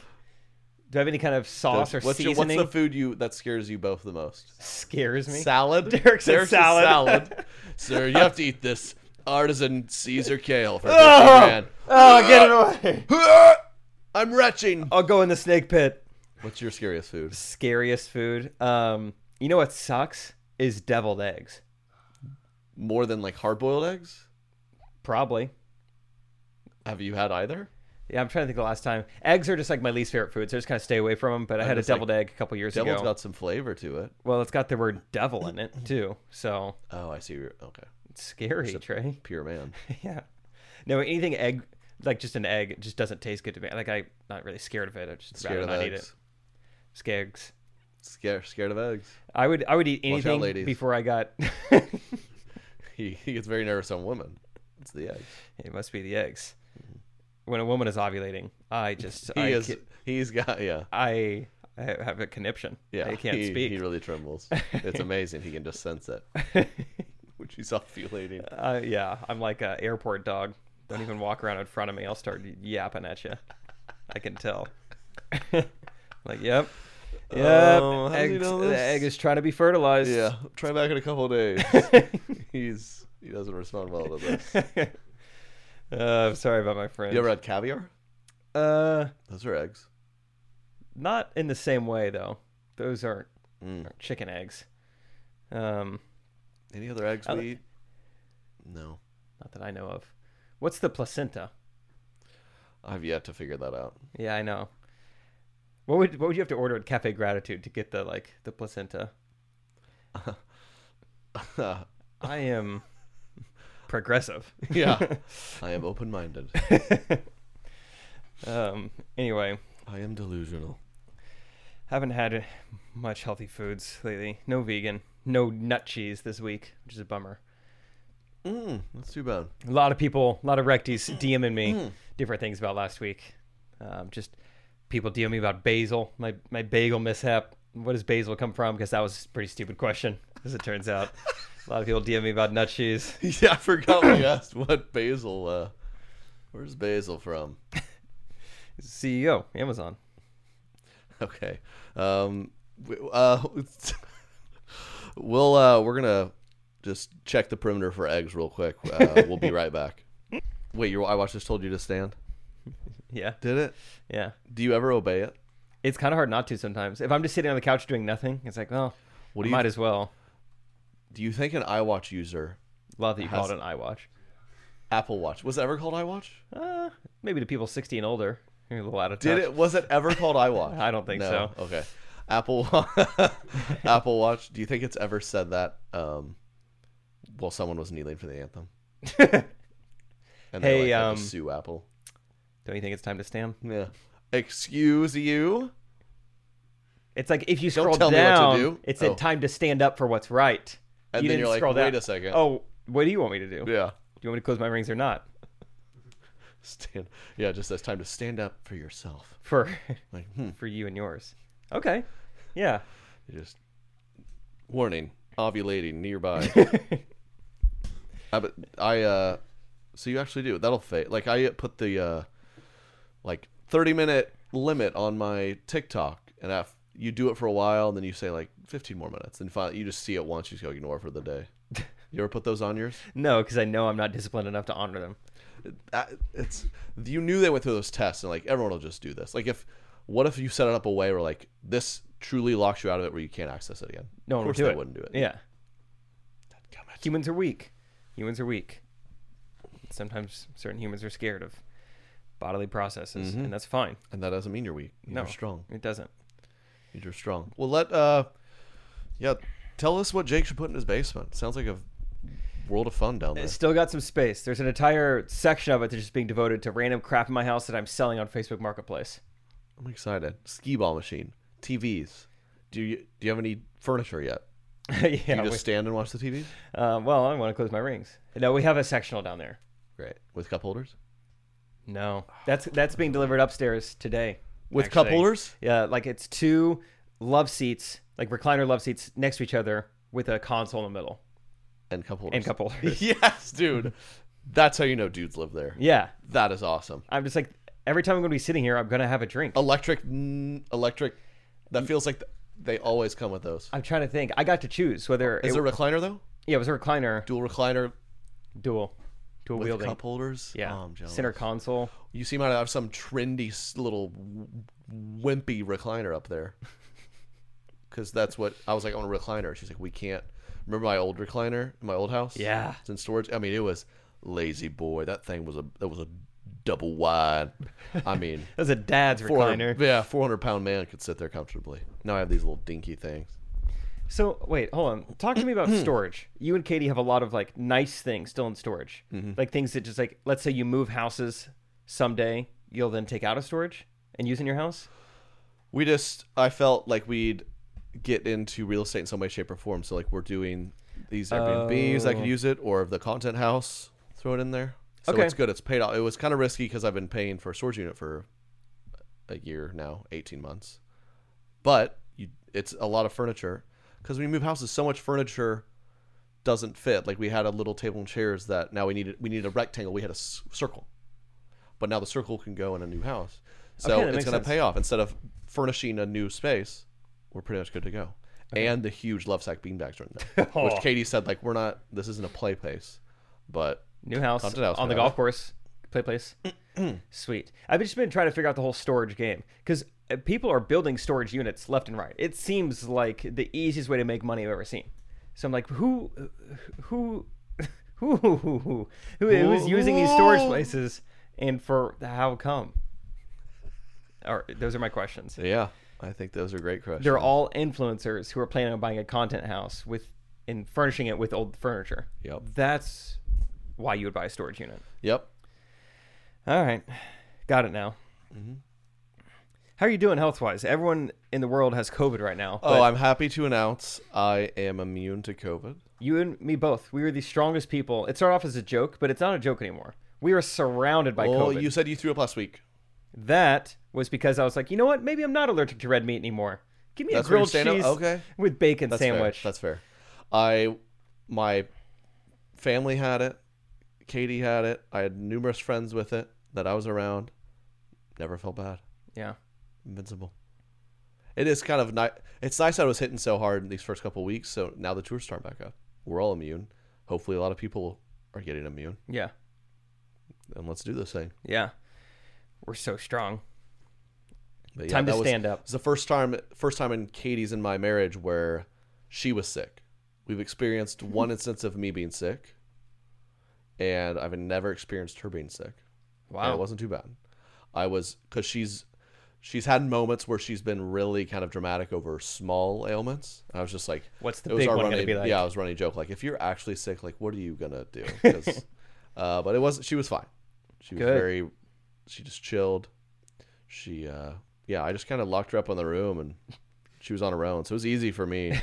S2: Do I have any kind of sauce
S1: What's-
S2: or
S1: what's, your-
S2: seasoning?
S1: what's the food you that scares you both the most?
S2: scares me?
S1: Salad.
S2: Derek said salad.
S1: salad. Sir, you have to eat this artisan Caesar kale for 50 grand.
S2: oh, get it away!
S1: I'm retching.
S2: I'll go in the snake pit.
S1: What's your scariest food?
S2: Scariest food. Um, you know what sucks is deviled eggs.
S1: More than like hard boiled eggs?
S2: Probably.
S1: Have you had either?
S2: Yeah, I'm trying to think the last time. Eggs are just like my least favorite food, so I just kind of stay away from them. But I had a
S1: just like-
S2: deviled egg a couple years
S1: Devil's
S2: ago.
S1: got some flavor to it.
S2: Well, it's got the word devil in it too, so
S1: Oh, I see. You're, okay.
S2: it's scary, Trey.
S1: Pure man.
S2: yeah. No, anything egg, like just an egg, it just doesn't taste good to me. Like I'm not really scared of it. I just
S1: Scared
S2: rather
S1: of
S2: not eat it.
S1: eggs.
S2: Skags.
S1: Scared, scared of eggs.
S2: I would I would eat
S1: Watch out,
S2: anything
S1: ladies.
S2: before I got.
S1: He, he gets very nervous on women. It's the eggs.
S2: it must be the eggs. When a woman is ovulating, I just
S1: Mm-hmm. He
S2: I,
S1: is.
S2: ca-
S1: He's got. Yeah.
S2: I I have a conniption.
S1: Yeah.
S2: I can't
S1: he,
S2: speak.
S1: He really trembles. It's amazing. he can just sense it, which he's ovulating.
S2: Uh, yeah, I'm like a airport dog. Don't even walk around in front of me. I'll start yapping at you. I can tell. like, yep, yep.
S1: Oh, how's he
S2: eggs-
S1: doing
S2: the
S1: this?
S2: egg is trying to be fertilized.
S1: Yeah, try back in a couple of days. He's he doesn't respond well to this.
S2: Uh, I'm sorry about my friend.
S1: You ever had caviar?
S2: uh,
S1: Those are eggs.
S2: not in the same way though. Those aren't,
S1: Mm.
S2: aren't chicken eggs. Um,
S1: Any other eggs we
S2: like-
S1: eat? No,
S2: not that I know of. What's the placenta?
S1: I've yet to figure that out.
S2: Yeah, I know. What would what would you have to order at Cafe Gratitude to get the like the placenta? I am progressive.
S1: yeah, I am open-minded.
S2: Um, anyway,
S1: I am delusional.
S2: haven't had much healthy foods lately. No vegan, no nut cheese this week, which is a bummer.
S1: Mm, that's too bad.
S2: A lot of people, a lot of
S1: Hmm.
S2: recties DMing me different things about last week. Um, just people DMing me about basil, my my bagel mishap. What does basil come from? Because that was a pretty stupid question, as it turns out. a lot of people DM me about nut cheese.
S1: yeah, I forgot we asked what basil. Uh, where's basil from?
S2: CEO, E Amazon.
S1: Okay. Um, w- uh, we'll uh, we're gonna just check the perimeter for eggs real quick. Uh, we'll be right back. Wait, your I watched just told you to stand.
S2: Yeah,
S1: Did it?
S2: yeah.
S1: Do you ever obey it?
S2: It's kind of hard not to sometimes. If I'm just sitting on the couch doing nothing, it's like, well,
S1: What
S2: what
S1: do
S2: do
S1: you-
S2: might as well.
S1: Do you think an iWatch user,
S2: Love that you
S1: Has-
S2: called it an iWatch.
S1: Apple Watch, was it ever called iWatch?
S2: Uh, maybe to people 60 and older. You're a little out of
S1: Did
S2: touch.
S1: it? Was it ever called iWatch?
S2: I don't think
S1: No?
S2: so.
S1: Okay. Apple Apple Watch. Do you think it's ever said that? Um, while someone was kneeling for the anthem. and
S2: Hey,
S1: like, had to
S2: um,
S1: sue Apple.
S2: Don't you think it's time to stand?
S1: Yeah. Excuse you.
S2: It's like if you scroll
S1: tell me what to
S2: down,
S1: do.
S2: it said
S1: Oh.
S2: time to stand up for what's right.
S1: And
S2: you
S1: then
S2: didn't
S1: you're like,
S2: scroll down.
S1: "Wait a second."
S2: Oh, what do you want me to do? Do
S1: Yeah.
S2: you want me to close my rings or not?
S1: Stand. Yeah, just it's time to stand up for yourself.
S2: For
S1: Like, hmm.
S2: for you and yours. Okay. Yeah.
S1: You just warning, ovulating nearby. I but I uh, so you actually do that'll fade. Like I put the uh, like thirty minute limit on my TikTok, and af- you do it for a while, and then you say like fifteen more minutes, and finally you just see it once, you just go ignore for the day. You ever put those on yours?
S2: No, because I know I'm not disciplined enough to honor them.
S1: that it's you knew they went through those tests and like everyone will just do this. Like if what if you set it up a way where like this truly locks you out of it where you can't access it again?
S2: No
S1: of
S2: one would
S1: course
S2: do
S1: they
S2: it.
S1: wouldn't do it.
S2: Yeah. Humans are weak. Humans are weak. Sometimes certain humans are scared of bodily processes, and that's fine.
S1: and that doesn't mean you're weak. You're
S2: no,
S1: Mm-hmm. strong.
S2: It doesn't.
S1: You're strong. Well, let uh, yeah, tell us what Jake should put in his basement. Sounds like a world of fun down there.
S2: It's still got some space. There's an entire section of it that's just being devoted to random crap in my house that I'm selling on Facebook Marketplace.
S1: I'm excited. Skee ball machine, TVs. Do you do you have any furniture yet?
S2: yeah.
S1: You
S2: we-
S1: just stand and watch the TVs.
S2: uh, well, I want to close my rings. No, we have a sectional down there.
S1: Great with cup holders.
S2: No, that's that's being delivered upstairs today.
S1: With cup
S2: actually.
S1: holders?
S2: Yeah, like it's two love seats, like recliner love seats next to each other with a console in the middle
S1: And cup holders.
S2: and cup holders.
S1: yes, dude. That's how you know dudes live there.
S2: yeah,
S1: That is awesome.
S2: I'm just like every time I'm going to be sitting here, I'm going to have a drink.
S1: Electric, mm, electric. That feels like th- they always come with those.
S2: I'm trying to think. I got to choose whether
S1: Is
S2: it,
S1: there a recliner though?
S2: yeah, it was a recliner
S1: Dual recliner
S2: dual, dual
S1: with
S2: wielding.
S1: cup holders.
S2: Yeah,
S1: Oh, I'm jealous.
S2: center console.
S1: You seem to have some trendy s- little w- wimpy recliner up there. Because that's what I was like on a recliner. She's like, we can't. Remember my old recliner in my old house?
S2: Yeah.
S1: it's in storage. I mean, it was lazy boy. That thing was a that was a double wide. I mean,
S2: That was a dad's
S1: 400
S2: recliner.
S1: Yeah, 400 pound man could sit there comfortably. Now I have these little dinky things.
S2: So wait, hold on. Talk to me about storage. You and Katie have a lot of like nice things still in storage, like things that just like let's say you move houses someday, you'll then take out of storage and use in your house.
S1: We just, I felt like we'd get into real estate in some way, shape, or form. So, like, we're doing these Airbnbs, I could use it, or the content house, throw it in there. So
S2: Okay.
S1: it's good. It's paid off. It was kind of risky because I've been paying for a storage unit for a year now, 18 months. But you, it's a lot of furniture because when you move houses, so much furniture doesn't fit. Like we had a little table and chairs that now we needed we needed a rectangle. We had a s- circle, but now the circle can go in a new house. So
S2: Okay, that
S1: it's
S2: makes
S1: going to
S2: sense.
S1: pay off instead of furnishing a new space. We're pretty much good to go. And the huge love sack beanbags are in there, which Katie said like we're not. This isn't a play place, but
S2: New house
S1: Haunted house,
S2: on the
S1: got
S2: golf
S1: it.
S2: course, play place. Sweet. I've just been trying to figure out the whole storage game because people are building storage units left and right. It seems like the easiest way to make money I've ever seen. So I'm like, who, who, who, who, who, who, who is using these storage places, and for how come? Or those are my questions.
S1: yeah, I think those are great questions.
S2: They're all influencers who are planning on buying a content house with and furnishing it with old furniture.
S1: Yep.
S2: That's why you would buy a storage unit.
S1: Yep.
S2: All right. Got it now.
S1: Mm-hmm.
S2: How are you doing health wise? Everyone in the world has COVID right now.
S1: Oh,
S2: but
S1: I'm happy to announce I am immune to COVID.
S2: you and me both. We were the strongest people. It started off as a joke, but it's not a joke anymore. We are surrounded by
S1: Well,
S2: COVID.
S1: Oh, you said you threw up last week.
S2: That was because I was like, you know what? Maybe I'm not allergic to red meat anymore. Give me
S1: That's
S2: a
S1: where you
S2: grilled
S1: stand up?
S2: cheese
S1: Okay.
S2: with bacon
S1: That's
S2: sandwich.
S1: Fair. That's fair. I, my family had it. Katie had it. I had numerous friends with it that I was around. Never felt bad.
S2: yeah.
S1: Invincible. It is kind of nice. It's nice I was hitting so hard in these first couple weeks. So now the tour's starting back up. We're all immune. Hopefully, a lot of people are getting immune.
S2: Yeah.
S1: And let's do this thing.
S2: Yeah. We're so strong.
S1: But
S2: Time to
S1: that was-
S2: stand up.
S1: It's the first time, first time in Katie's and my marriage where she was sick. We've experienced one instance of me being sick, and I've never experienced her being sick. And
S2: Wow.
S1: it wasn't too bad. I was because she's she's had moments where she's been really kind of dramatic over small ailments. And I was just like,
S2: What's the
S1: it was
S2: big
S1: our
S2: one gonna
S1: running-
S2: be like?
S1: Yeah, I was running a joke like, if you're actually sick, like, what are you gonna do? 'Cause, uh, but it wasn't. She was fine. She was
S2: Good.
S1: very. She just chilled. She, uh, yeah, I just kind of locked her up in the room and she was on her own, so it was easy for me.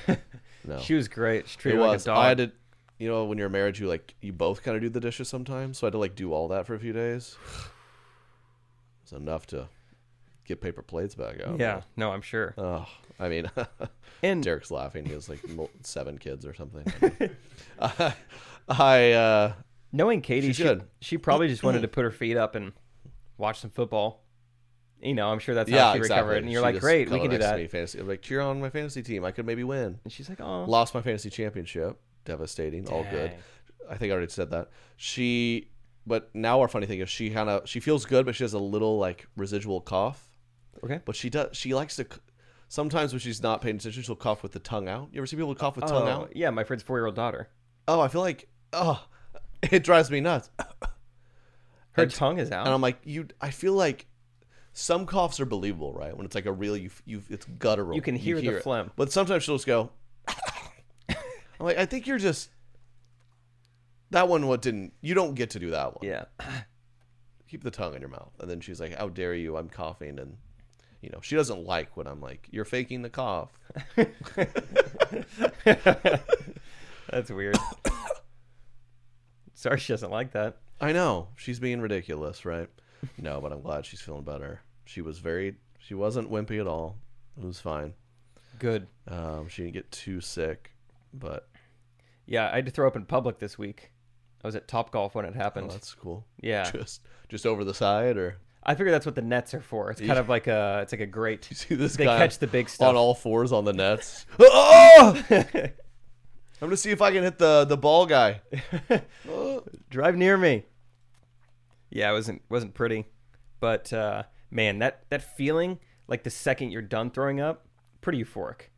S1: No,
S2: She was great. She
S1: it
S2: treated me like a
S1: was.
S2: dog.
S1: I had to, you know, when you're married, you like you both kind of do the dishes sometimes. So I had to like do all that for a few days. It's enough to get paper plates back out.
S2: yeah. No, I'm sure.
S1: Oh, I mean,
S2: and
S1: Derek's laughing. He has like mul- seven kids or something. I, I uh,
S2: knowing Katie,
S1: She
S2: she,
S1: should.
S2: she probably just wanted to put her feet up and watch some football. You know, I'm sure that's
S1: yeah,
S2: how she
S1: exactly.
S2: recovered. And you're
S1: She
S2: like,
S1: just
S2: great,
S1: come
S2: we
S1: up
S2: can do
S1: next to
S2: that.
S1: me, fantasy. I'm like, cheer on my fantasy team. I could maybe win.
S2: And she's like, oh,
S1: Lost my fantasy championship. Devastating. All good.
S2: Dang.
S1: I think I already said that. She, but now our funny thing is she kind of she feels good, but she has a little like residual cough.
S2: okay.
S1: But she does. She likes to. c- Sometimes when she's not paying attention, she'll cough with the tongue out. You ever see people cough with tongue
S2: Oh,
S1: out?
S2: yeah, my friend's four year old daughter.
S1: Oh, I feel like oh, it drives me nuts.
S2: Her tongue is out.
S1: And I'm like, you. I feel like some coughs are believable, right? When it's like a real, you, you, it's guttural.
S2: You can hear the
S1: it.
S2: phlegm.
S1: But sometimes she'll just go. I'm like, I think you're just. That one, what didn't you don't get to do that one.
S2: yeah.
S1: keep the tongue in your mouth. And then she's like, How dare you? I'm coughing. And, you know, she doesn't like when I'm like, You're faking the cough.
S2: That's weird. Sorry, she doesn't like that.
S1: I know. She's being ridiculous, right? No, but I'm glad she's feeling better. She was very, she wasn't wimpy at all. It was fine.
S2: Good.
S1: Um, she didn't get too sick, but
S2: Yeah, I had to throw up in public this week. I was at Top Golf when it
S1: oh,
S2: happened.
S1: that's cool.
S2: yeah,
S1: Just, just over the side or
S2: I figure that's what the nets are for. It's kind of like a, it's like a grate.
S1: you see this
S2: They
S1: guy
S2: catch the big
S1: on
S2: stuff.
S1: all fours on the nets. oh! I'm going to see if I can hit the, the ball guy.
S2: Drive near me. Yeah, it wasn't wasn't pretty, but uh, man, that that feeling like the second you're done throwing up, pretty euphoric.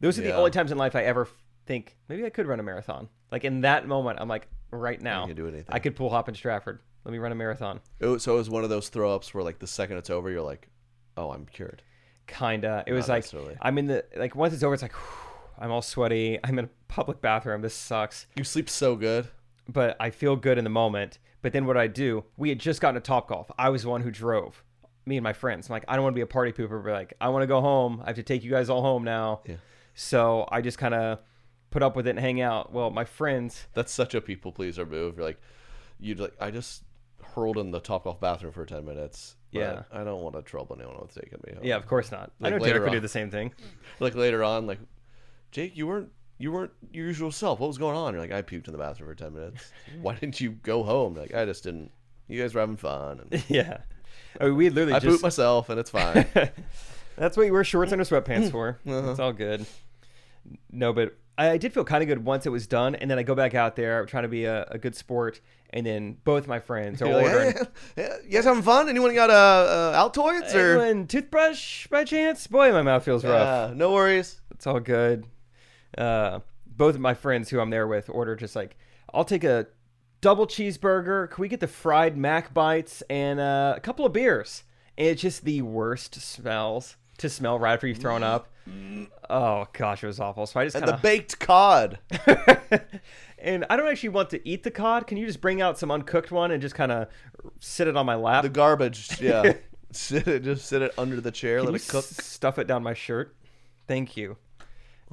S2: Those are the
S1: Yeah.
S2: only times in life I ever f- think maybe I could run a marathon. Like in that moment, I'm like, right now,
S1: can do anything.
S2: I could pull Hop and Stratford. Let me run a marathon.
S1: It was, so it was one of those throw ups where like the second it's over, you're like, oh, I'm cured.
S2: kinda. It was
S1: Not
S2: like
S1: necessarily.
S2: I'm in the like once it's over, it's like I'm all sweaty. I'm in a public bathroom. This sucks,
S1: You sleep so good.
S2: but I feel good in the moment. But then what do I do? We had just gotten a top golf. I was the one who drove. Me and my friends. I'm like, I don't want to be a party pooper, but like, I want to go home. I have to take you guys all home now.
S1: Yeah.
S2: So I just kind of put up with it and hang out. Well, my friends,
S1: That's such a people pleaser move. You're like, you like, I just hurled in the top golf bathroom for ten minutes. but
S2: Yeah.
S1: I don't want to trouble anyone with taking me home.
S2: yeah, of course not.
S1: Like
S2: I know
S1: later
S2: Derek would do
S1: on.
S2: the same thing.
S1: Like later on, like, Jake, you weren't you weren't your usual self. What was going on? You're like, I puked in the bathroom for ten minutes. Why didn't you go home? Like, I just didn't. You guys were having fun. And
S2: yeah. I mean, we literally
S1: I
S2: just
S1: pooped myself, and it's fine.
S2: That's what you wear shorts under sweatpants for.
S1: Uh-huh.
S2: It's all good. No, but I, I did feel kind of good once it was done, and then I go back out there trying to be a, a good sport, and then both my friends are
S1: You're like,
S2: ordering.
S1: "Hey, yeah, you guys having fun? Anyone got uh, uh Altoids or?
S2: Anyone uh, toothbrush by chance? Boy, my mouth feels rough.
S1: Yeah, no worries.
S2: It's all good. Uh, both of my friends who I'm there with order just like, I'll take a double cheeseburger. Can we get the fried mac bites and uh, a couple of beers? And it's just the worst smells to smell right after you've thrown up. Oh gosh, it was awful. So I just
S1: And
S2: kind
S1: the baked cod.
S2: of, and I don't actually want to eat the cod. Can you just bring out some uncooked one and just kind of sit it on my lap?
S1: The garbage, yeah. Sit it, just sit it under the chair, let
S2: Can you
S1: it cook.
S2: s- stuff it down my shirt? Thank you.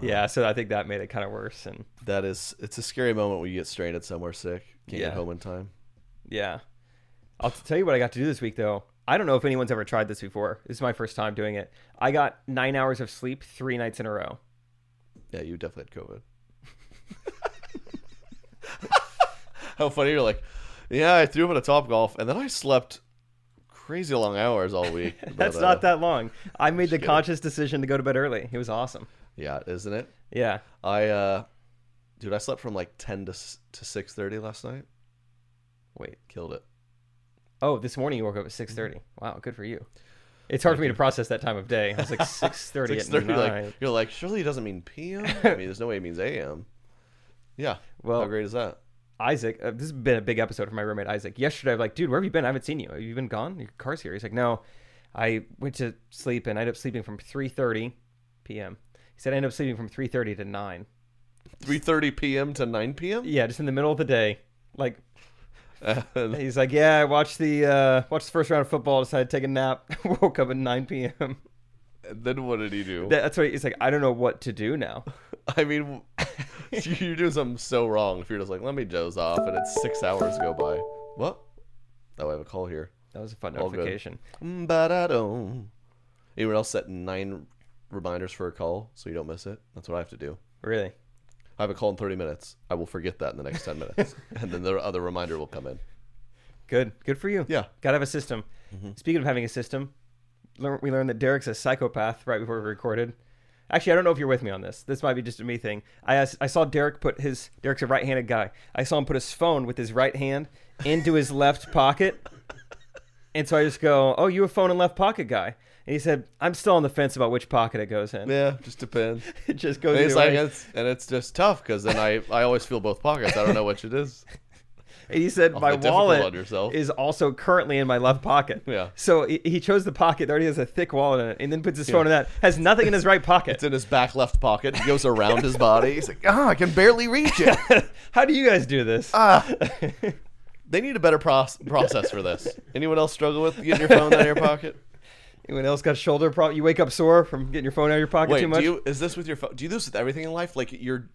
S2: Yeah, so I think that made it kind of worse, and
S1: That is, it's a scary moment when you get stranded somewhere sick, can't
S2: Yeah.
S1: get home in time.
S2: yeah. I'll t- tell you what I got to do this week, though. I don't know if anyone's ever tried this before. This is my first time doing it. I got nine hours of sleep three nights in a row.
S1: Yeah, you definitely had COVID. How funny you're like, yeah, I threw up at a top golf, and then I slept crazy long hours all week.
S2: That's
S1: but, uh,
S2: not that long. I made the conscious decision to go to bed early. It was awesome.
S1: Yeah, isn't it?
S2: Yeah.
S1: I, uh dude, I slept from like ten to s- to six thirty last night.
S2: Wait.
S1: Killed it.
S2: Oh, this morning you woke up at six thirty. Wow, good for you. It's hard for me to process that time of day. I was like six thirty
S1: Six
S2: at
S1: thirty,
S2: night.
S1: like you're like, surely it doesn't mean p.m. I mean, there's no way it means a.m. Yeah.
S2: Well-
S1: how great is that?
S2: Isaac, uh, this has been a big episode for my roommate Isaac. Yesterday, I'm like, dude, where have you been? I haven't seen you. Have you been gone? Your car's here. He's like, no, I went to sleep and I ended up sleeping from 3:30 p.m. He said I ended up sleeping from 3:30 to 9.
S1: Three thirty p.m. to nine p.m.
S2: Yeah, just in the middle of the day. Like
S1: And
S2: he's like, yeah, I watched the uh, watched the first round of football. Decided to take a nap. Woke up at 9 p.m.
S1: then what did he do?
S2: That- That's what he's like. I don't know what to do now.
S1: I mean, you're doing something so wrong if you're just like, let me doze off, and it's six hours go by. What? Oh, I have a call here.
S2: That was a fun
S1: All good.
S2: notification.
S1: Mm-ba-da-dum. Anyone else set nine reminders for a call so you don't miss it? That's what I have to do.
S2: Really.
S1: I have a call in 30 minutes. I will forget that in the next 10 minutes, and then the other reminder will come in.
S2: Good. Good for you.
S1: Yeah. Mm-hmm.
S2: Gotta have a system. Speaking of having a system, lear- we learned that Derek's a psychopath right before we recorded. Actually, I don't know if you're with me on this. This might be just a me thing. I asked, I saw Derek put his Derek's a right-handed guy. I saw him put his phone with his right hand into his left pocket, and so I just go, "Oh, you a phone and left pocket guy?" And he said, "I'm still on the fence about which pocket it goes in.
S1: Yeah, just depends.
S2: It just goes
S1: And
S2: either
S1: it's, like,
S2: way."
S1: it's, and it's just tough because then I, I always feel both pockets. I don't know which it is.
S2: And he said, my
S1: be difficult
S2: wallet
S1: on yourself."
S2: is also currently in my left pocket.
S1: Yeah.
S2: So he, he chose the pocket that already has a thick wallet in it and then puts his phone in that. Has nothing in his right pocket.
S1: It's in his back left pocket. It goes around his body. He's like, ah, I can barely reach it.
S2: How do you guys do this?
S1: Ah. They need a better proce- process for this. Anyone else struggle with getting your phone out of your pocket?
S2: Anyone else got shoulder problem? You wake up sore from getting your phone out of your pocket
S1: Wait,
S2: too much?
S1: do you is this with your phone? Do you do this with everything in life? Like your,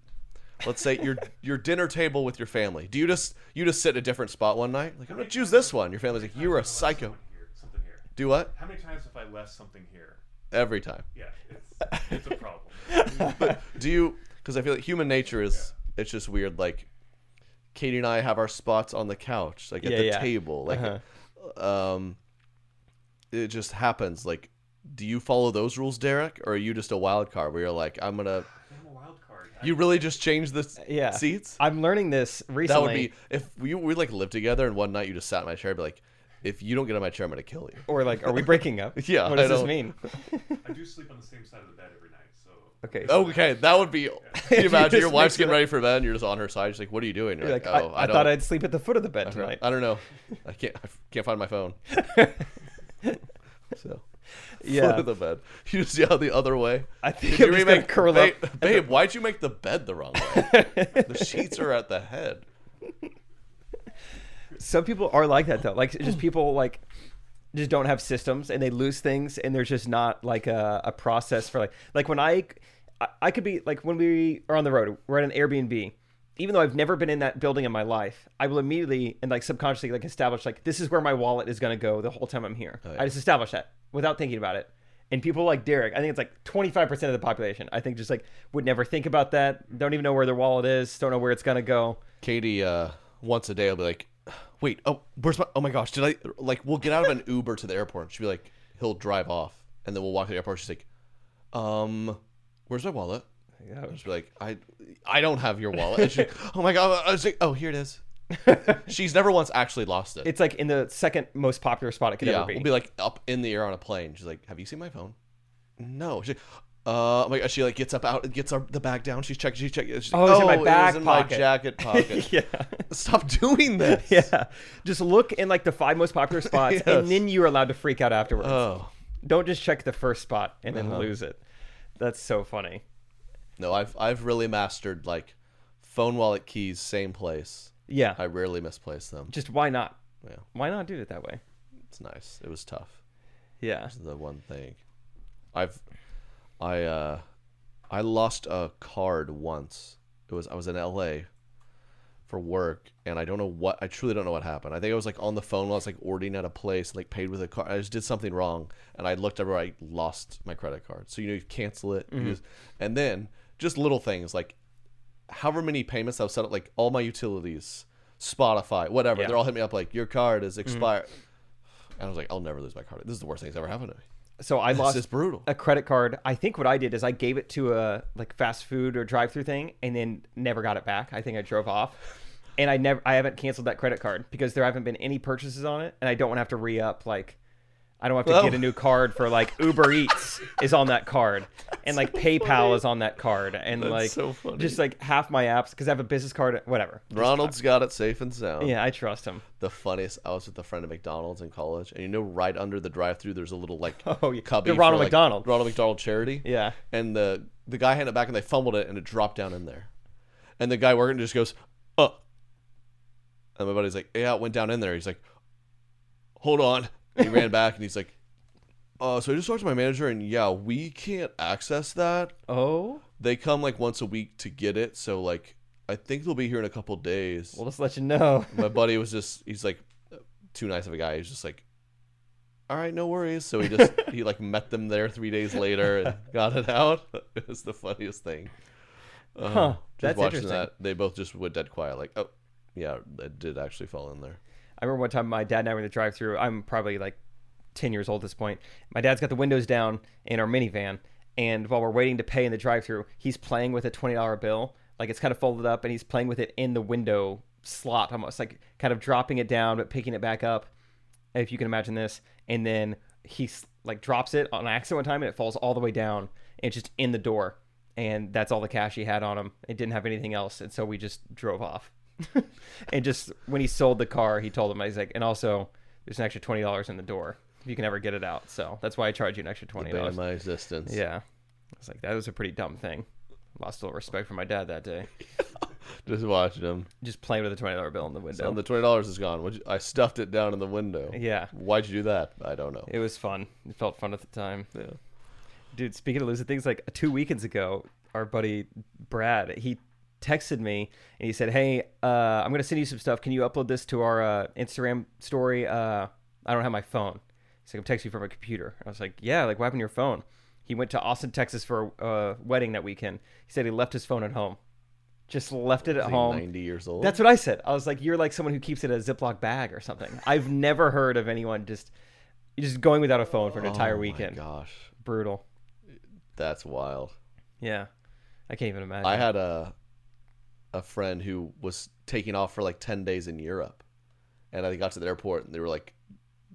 S1: let's say your your dinner table with your family. Do you just you just sit at a different spot one night? Like I'm gonna choose this one. Your family's like you're a psycho.
S5: Something here, something here.
S1: Do what?
S5: How many times have I left something here?
S1: Every time.
S5: Yeah, it's, it's a problem.
S1: Do you? Because I feel like human nature is it's just weird. Like Katie and I have our spots on the couch, like at
S2: Yeah,
S1: the
S2: yeah. Uh-huh.
S1: table, like um, it just happens. Like, do you follow those rules, Derek, or are you just a wild card where you're like, I'm gonna?
S5: I'm a wild card. I-
S1: You really just change the s-
S2: yeah.
S1: seats?
S2: I'm learning this recently.
S1: that would be if we we like lived together and one night you just sat in my chair, and be like, if you don't get in my chair, I'm gonna kill you.
S2: Or like, are we breaking up?
S1: Yeah,
S2: What does
S1: I
S2: this
S1: don't-
S2: mean?
S5: I do sleep on the same side of the bed every night, so
S2: Okay.
S1: Okay, that would be. Can you
S2: just
S1: imagine your
S2: mix
S1: wife's
S2: it
S1: getting
S2: up.
S1: ready for bed and you're just on her side. She's like, "What are you doing?" You're
S2: You're
S1: like,
S2: like,
S1: "Oh,
S2: I, I
S1: don't- Uh-huh.
S2: thought I'd sleep at the foot of the bed tonight.
S1: I don't know. I can't. I can't find my phone. so,
S2: Yeah.
S1: foot of the bed. You just yell the other way.
S2: I think
S1: Did
S2: I'm
S1: you
S2: just gonna
S1: remake-
S2: curl
S1: babe,
S2: up.
S1: Babe, why'd you make the bed the wrong way? the sheets are at the head.
S2: some people are like that though like just people like just don't have systems and they lose things and there's just not like a, a process for like like when I, I i could be like when we are on the road we're at an airbnb even though i've never been in that building in my life i will immediately and like subconsciously like establish like this is where my wallet is going to go the whole time i'm here i just establish that without thinking about it and people like derek i think it's like 25% of the population i think just like would never think about that don't even know where their wallet is don't know where it's going to go
S1: Katie, uh, once a day, will be like, "Wait, oh, where's my? Oh my gosh, did I like? We'll get out of an Uber to the airport. And she'll be like, "He'll drive off," and then we'll walk to the airport. She's like, "Um, where's my wallet?" Yeah. I'll just be like, "I, I don't have your wallet." And she, oh my god, I was like, "Oh, here it is." She's never once actually lost it.
S2: it's like in the second most popular spot it could
S1: yeah,
S2: ever be.
S1: we'll be like up in the air on a plane. She's like, "Have you seen my phone?" No. She's like, uh, oh my god, she like gets up out, gets our, the bag down. She's checking, she's checking. She's like,
S2: Oh, it's in my
S1: it was
S2: back
S1: in
S2: pocket."
S1: my jacket pocket.
S2: yeah.
S1: Stop doing this.
S2: Yeah. Just look in like the five most popular spots
S1: Yes.
S2: and then you're allowed to freak out afterwards.
S1: Oh.
S2: Don't just check the first spot and
S1: Uh-huh.
S2: then lose it. That's so funny.
S1: No, I've I've really mastered like phone wallet keys same place.
S2: Yeah.
S1: I rarely misplace them.
S2: just why not?
S1: Yeah.
S2: Why not do it that way?
S1: It's nice. It was tough.
S2: Yeah.
S1: the one thing. I've I uh I lost a card once. It was I was in LA for work and I don't know what I truly don't know what happened. I think I was like on the phone while I was like ordering at a place and like paid with a card. I just did something wrong and I looked everywhere I lost my credit card. So you know you cancel it. you just- and then just little things like however many payments I've set up like all my utilities, Spotify, whatever,
S2: Yeah.
S1: they're all hitting me up like your card is expired. And I was like, I'll never lose my card. This is the worst thing that's ever happened to me.
S2: So I
S1: This
S2: lost
S1: is brutal.
S2: a credit card. I think what I did is I gave it to a like fast food or drive through thing and then never got it back. I think I drove off. And I never I haven't canceled that credit card because there haven't been any purchases on it and I don't want to have to re up like I don't have to
S1: Oh.
S2: get a new card for like Uber Eats is on that card and like PayPal is on that card and
S1: That's
S2: like
S1: so funny.
S2: just like half my apps because I have a business card whatever.
S1: Ronald's got it safe and sound.
S2: Yeah, I trust him.
S1: The funniest, I was with a friend at McDonald's in college, and you know, right under the drive-through, there's a little like
S2: Oh, yeah.
S1: cubby
S2: The Ronald
S1: for, like,
S2: McDonald.
S1: Ronald McDonald charity.
S2: Yeah.
S1: And the the guy handed it back, and they fumbled it, and it dropped down in there. And the guy working just goes, "Uh," and my buddy's like, "Yeah, it went down in there." He's like, "Hold on." He ran back, and he's like, "Uh, so I just talked to my manager, and yeah, we can't access that."
S2: Oh,
S1: they come like once a week to get it so like i think they'll be here in a couple days
S2: we'll just let you know.
S1: my buddy was just he's like too nice of a guy he's just like all right no worries so he just he like met them there three days later and got it out it was the funniest thing Uh,
S2: Huh, that's interesting.
S1: they both just went dead quiet like oh yeah it did actually fall in there
S2: I remember one time my dad and I were in the drive through. I'm probably like 10 years old at this point. My dad's got the windows down in our minivan. And while we're waiting to pay in the drive through, he's playing with a $20 bill. Like it's kind of folded up and he's playing with it in the window slot, almost like kind of dropping it down, but picking it back up, if you can imagine this. And then he s- like drops it on accident one time and it falls all the way down and it's just in the door. And that's all the cash he had on him. It didn't have anything else. And so we just drove off. and just when he sold the car, he told him, he's like, and also there's an extra twenty dollars in the door if you can ever get it out. So that's why I charge you an extra twenty
S1: bane of
S2: dollars.
S1: my existence
S2: Yeah, I was like, that was a pretty dumb thing. Lost a little respect for my dad that day,
S1: just watching him
S2: just playing with a twenty dollar bill in the window.
S1: and the $20 is gone What'd you- i stuffed it down in the window
S2: Yeah.
S1: why'd you do that i don't know
S2: It was fun. It felt fun at the time.
S1: Yeah.
S2: Dude, speaking of losing things, like two weekends ago, our buddy Brad, he texted me and he said, Hey, uh, I'm going to send you some stuff. Can you upload this to our uh, Instagram story? Uh, I don't have my phone. He's like, I'm texting you from a computer. I was like, Yeah, like, what happened to your phone? He went to Austin, Texas for a uh, wedding that weekend. He said he left his phone at home. Just left it at
S1: Is he
S2: home.
S1: 90 years old
S2: That's what I said. I was like, you're like someone who keeps it in a Ziploc bag or something. I've never heard of anyone just just going without a phone for an entire weekend.
S1: Oh my gosh
S2: Brutal.
S1: That's wild.
S2: Yeah. I can't even imagine.
S1: I had a a friend who was taking off for like ten days in Europe, and I got to the airport and they were like,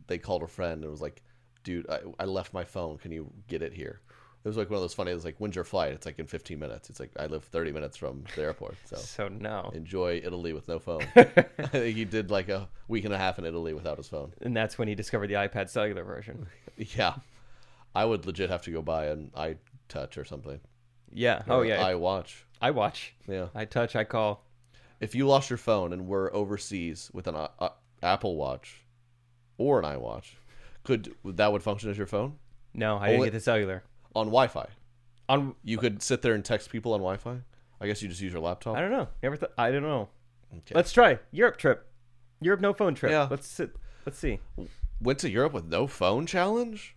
S1: they called a friend and was like, "Dude, I, I left my phone. Can you get it here?" It was like one of those funny. It was like, "When's your flight?" It's like in fifteen minutes. It's like I live thirty minutes from the airport, so
S2: so no.
S1: enjoy Italy with no phone. I think he did like a week and a half in Italy without his phone.
S2: And that's when he discovered the iPad cellular version.
S1: Yeah, I would legit have to go buy an iTouch or something.
S2: Yeah. Oh
S1: Or
S2: yeah.
S1: iWatch.
S2: I, watch.
S1: Yeah.
S2: I touch, I call.
S1: if you lost your phone and were overseas with an uh, uh, Apple Watch or an iWatch, could that would function as your phone
S2: No, I didn't
S1: Only-
S2: get the cellular.
S1: on Wi-Fi?
S2: On
S1: You could sit there and text people on Wi-Fi. I guess you just use your laptop.
S2: I don't know. Never thought I don't know.
S1: Okay.
S2: Let's try. Europe trip. Europe no phone trip.
S1: Yeah.
S2: Let's sit let's see.
S1: Went to Europe with no phone challenge.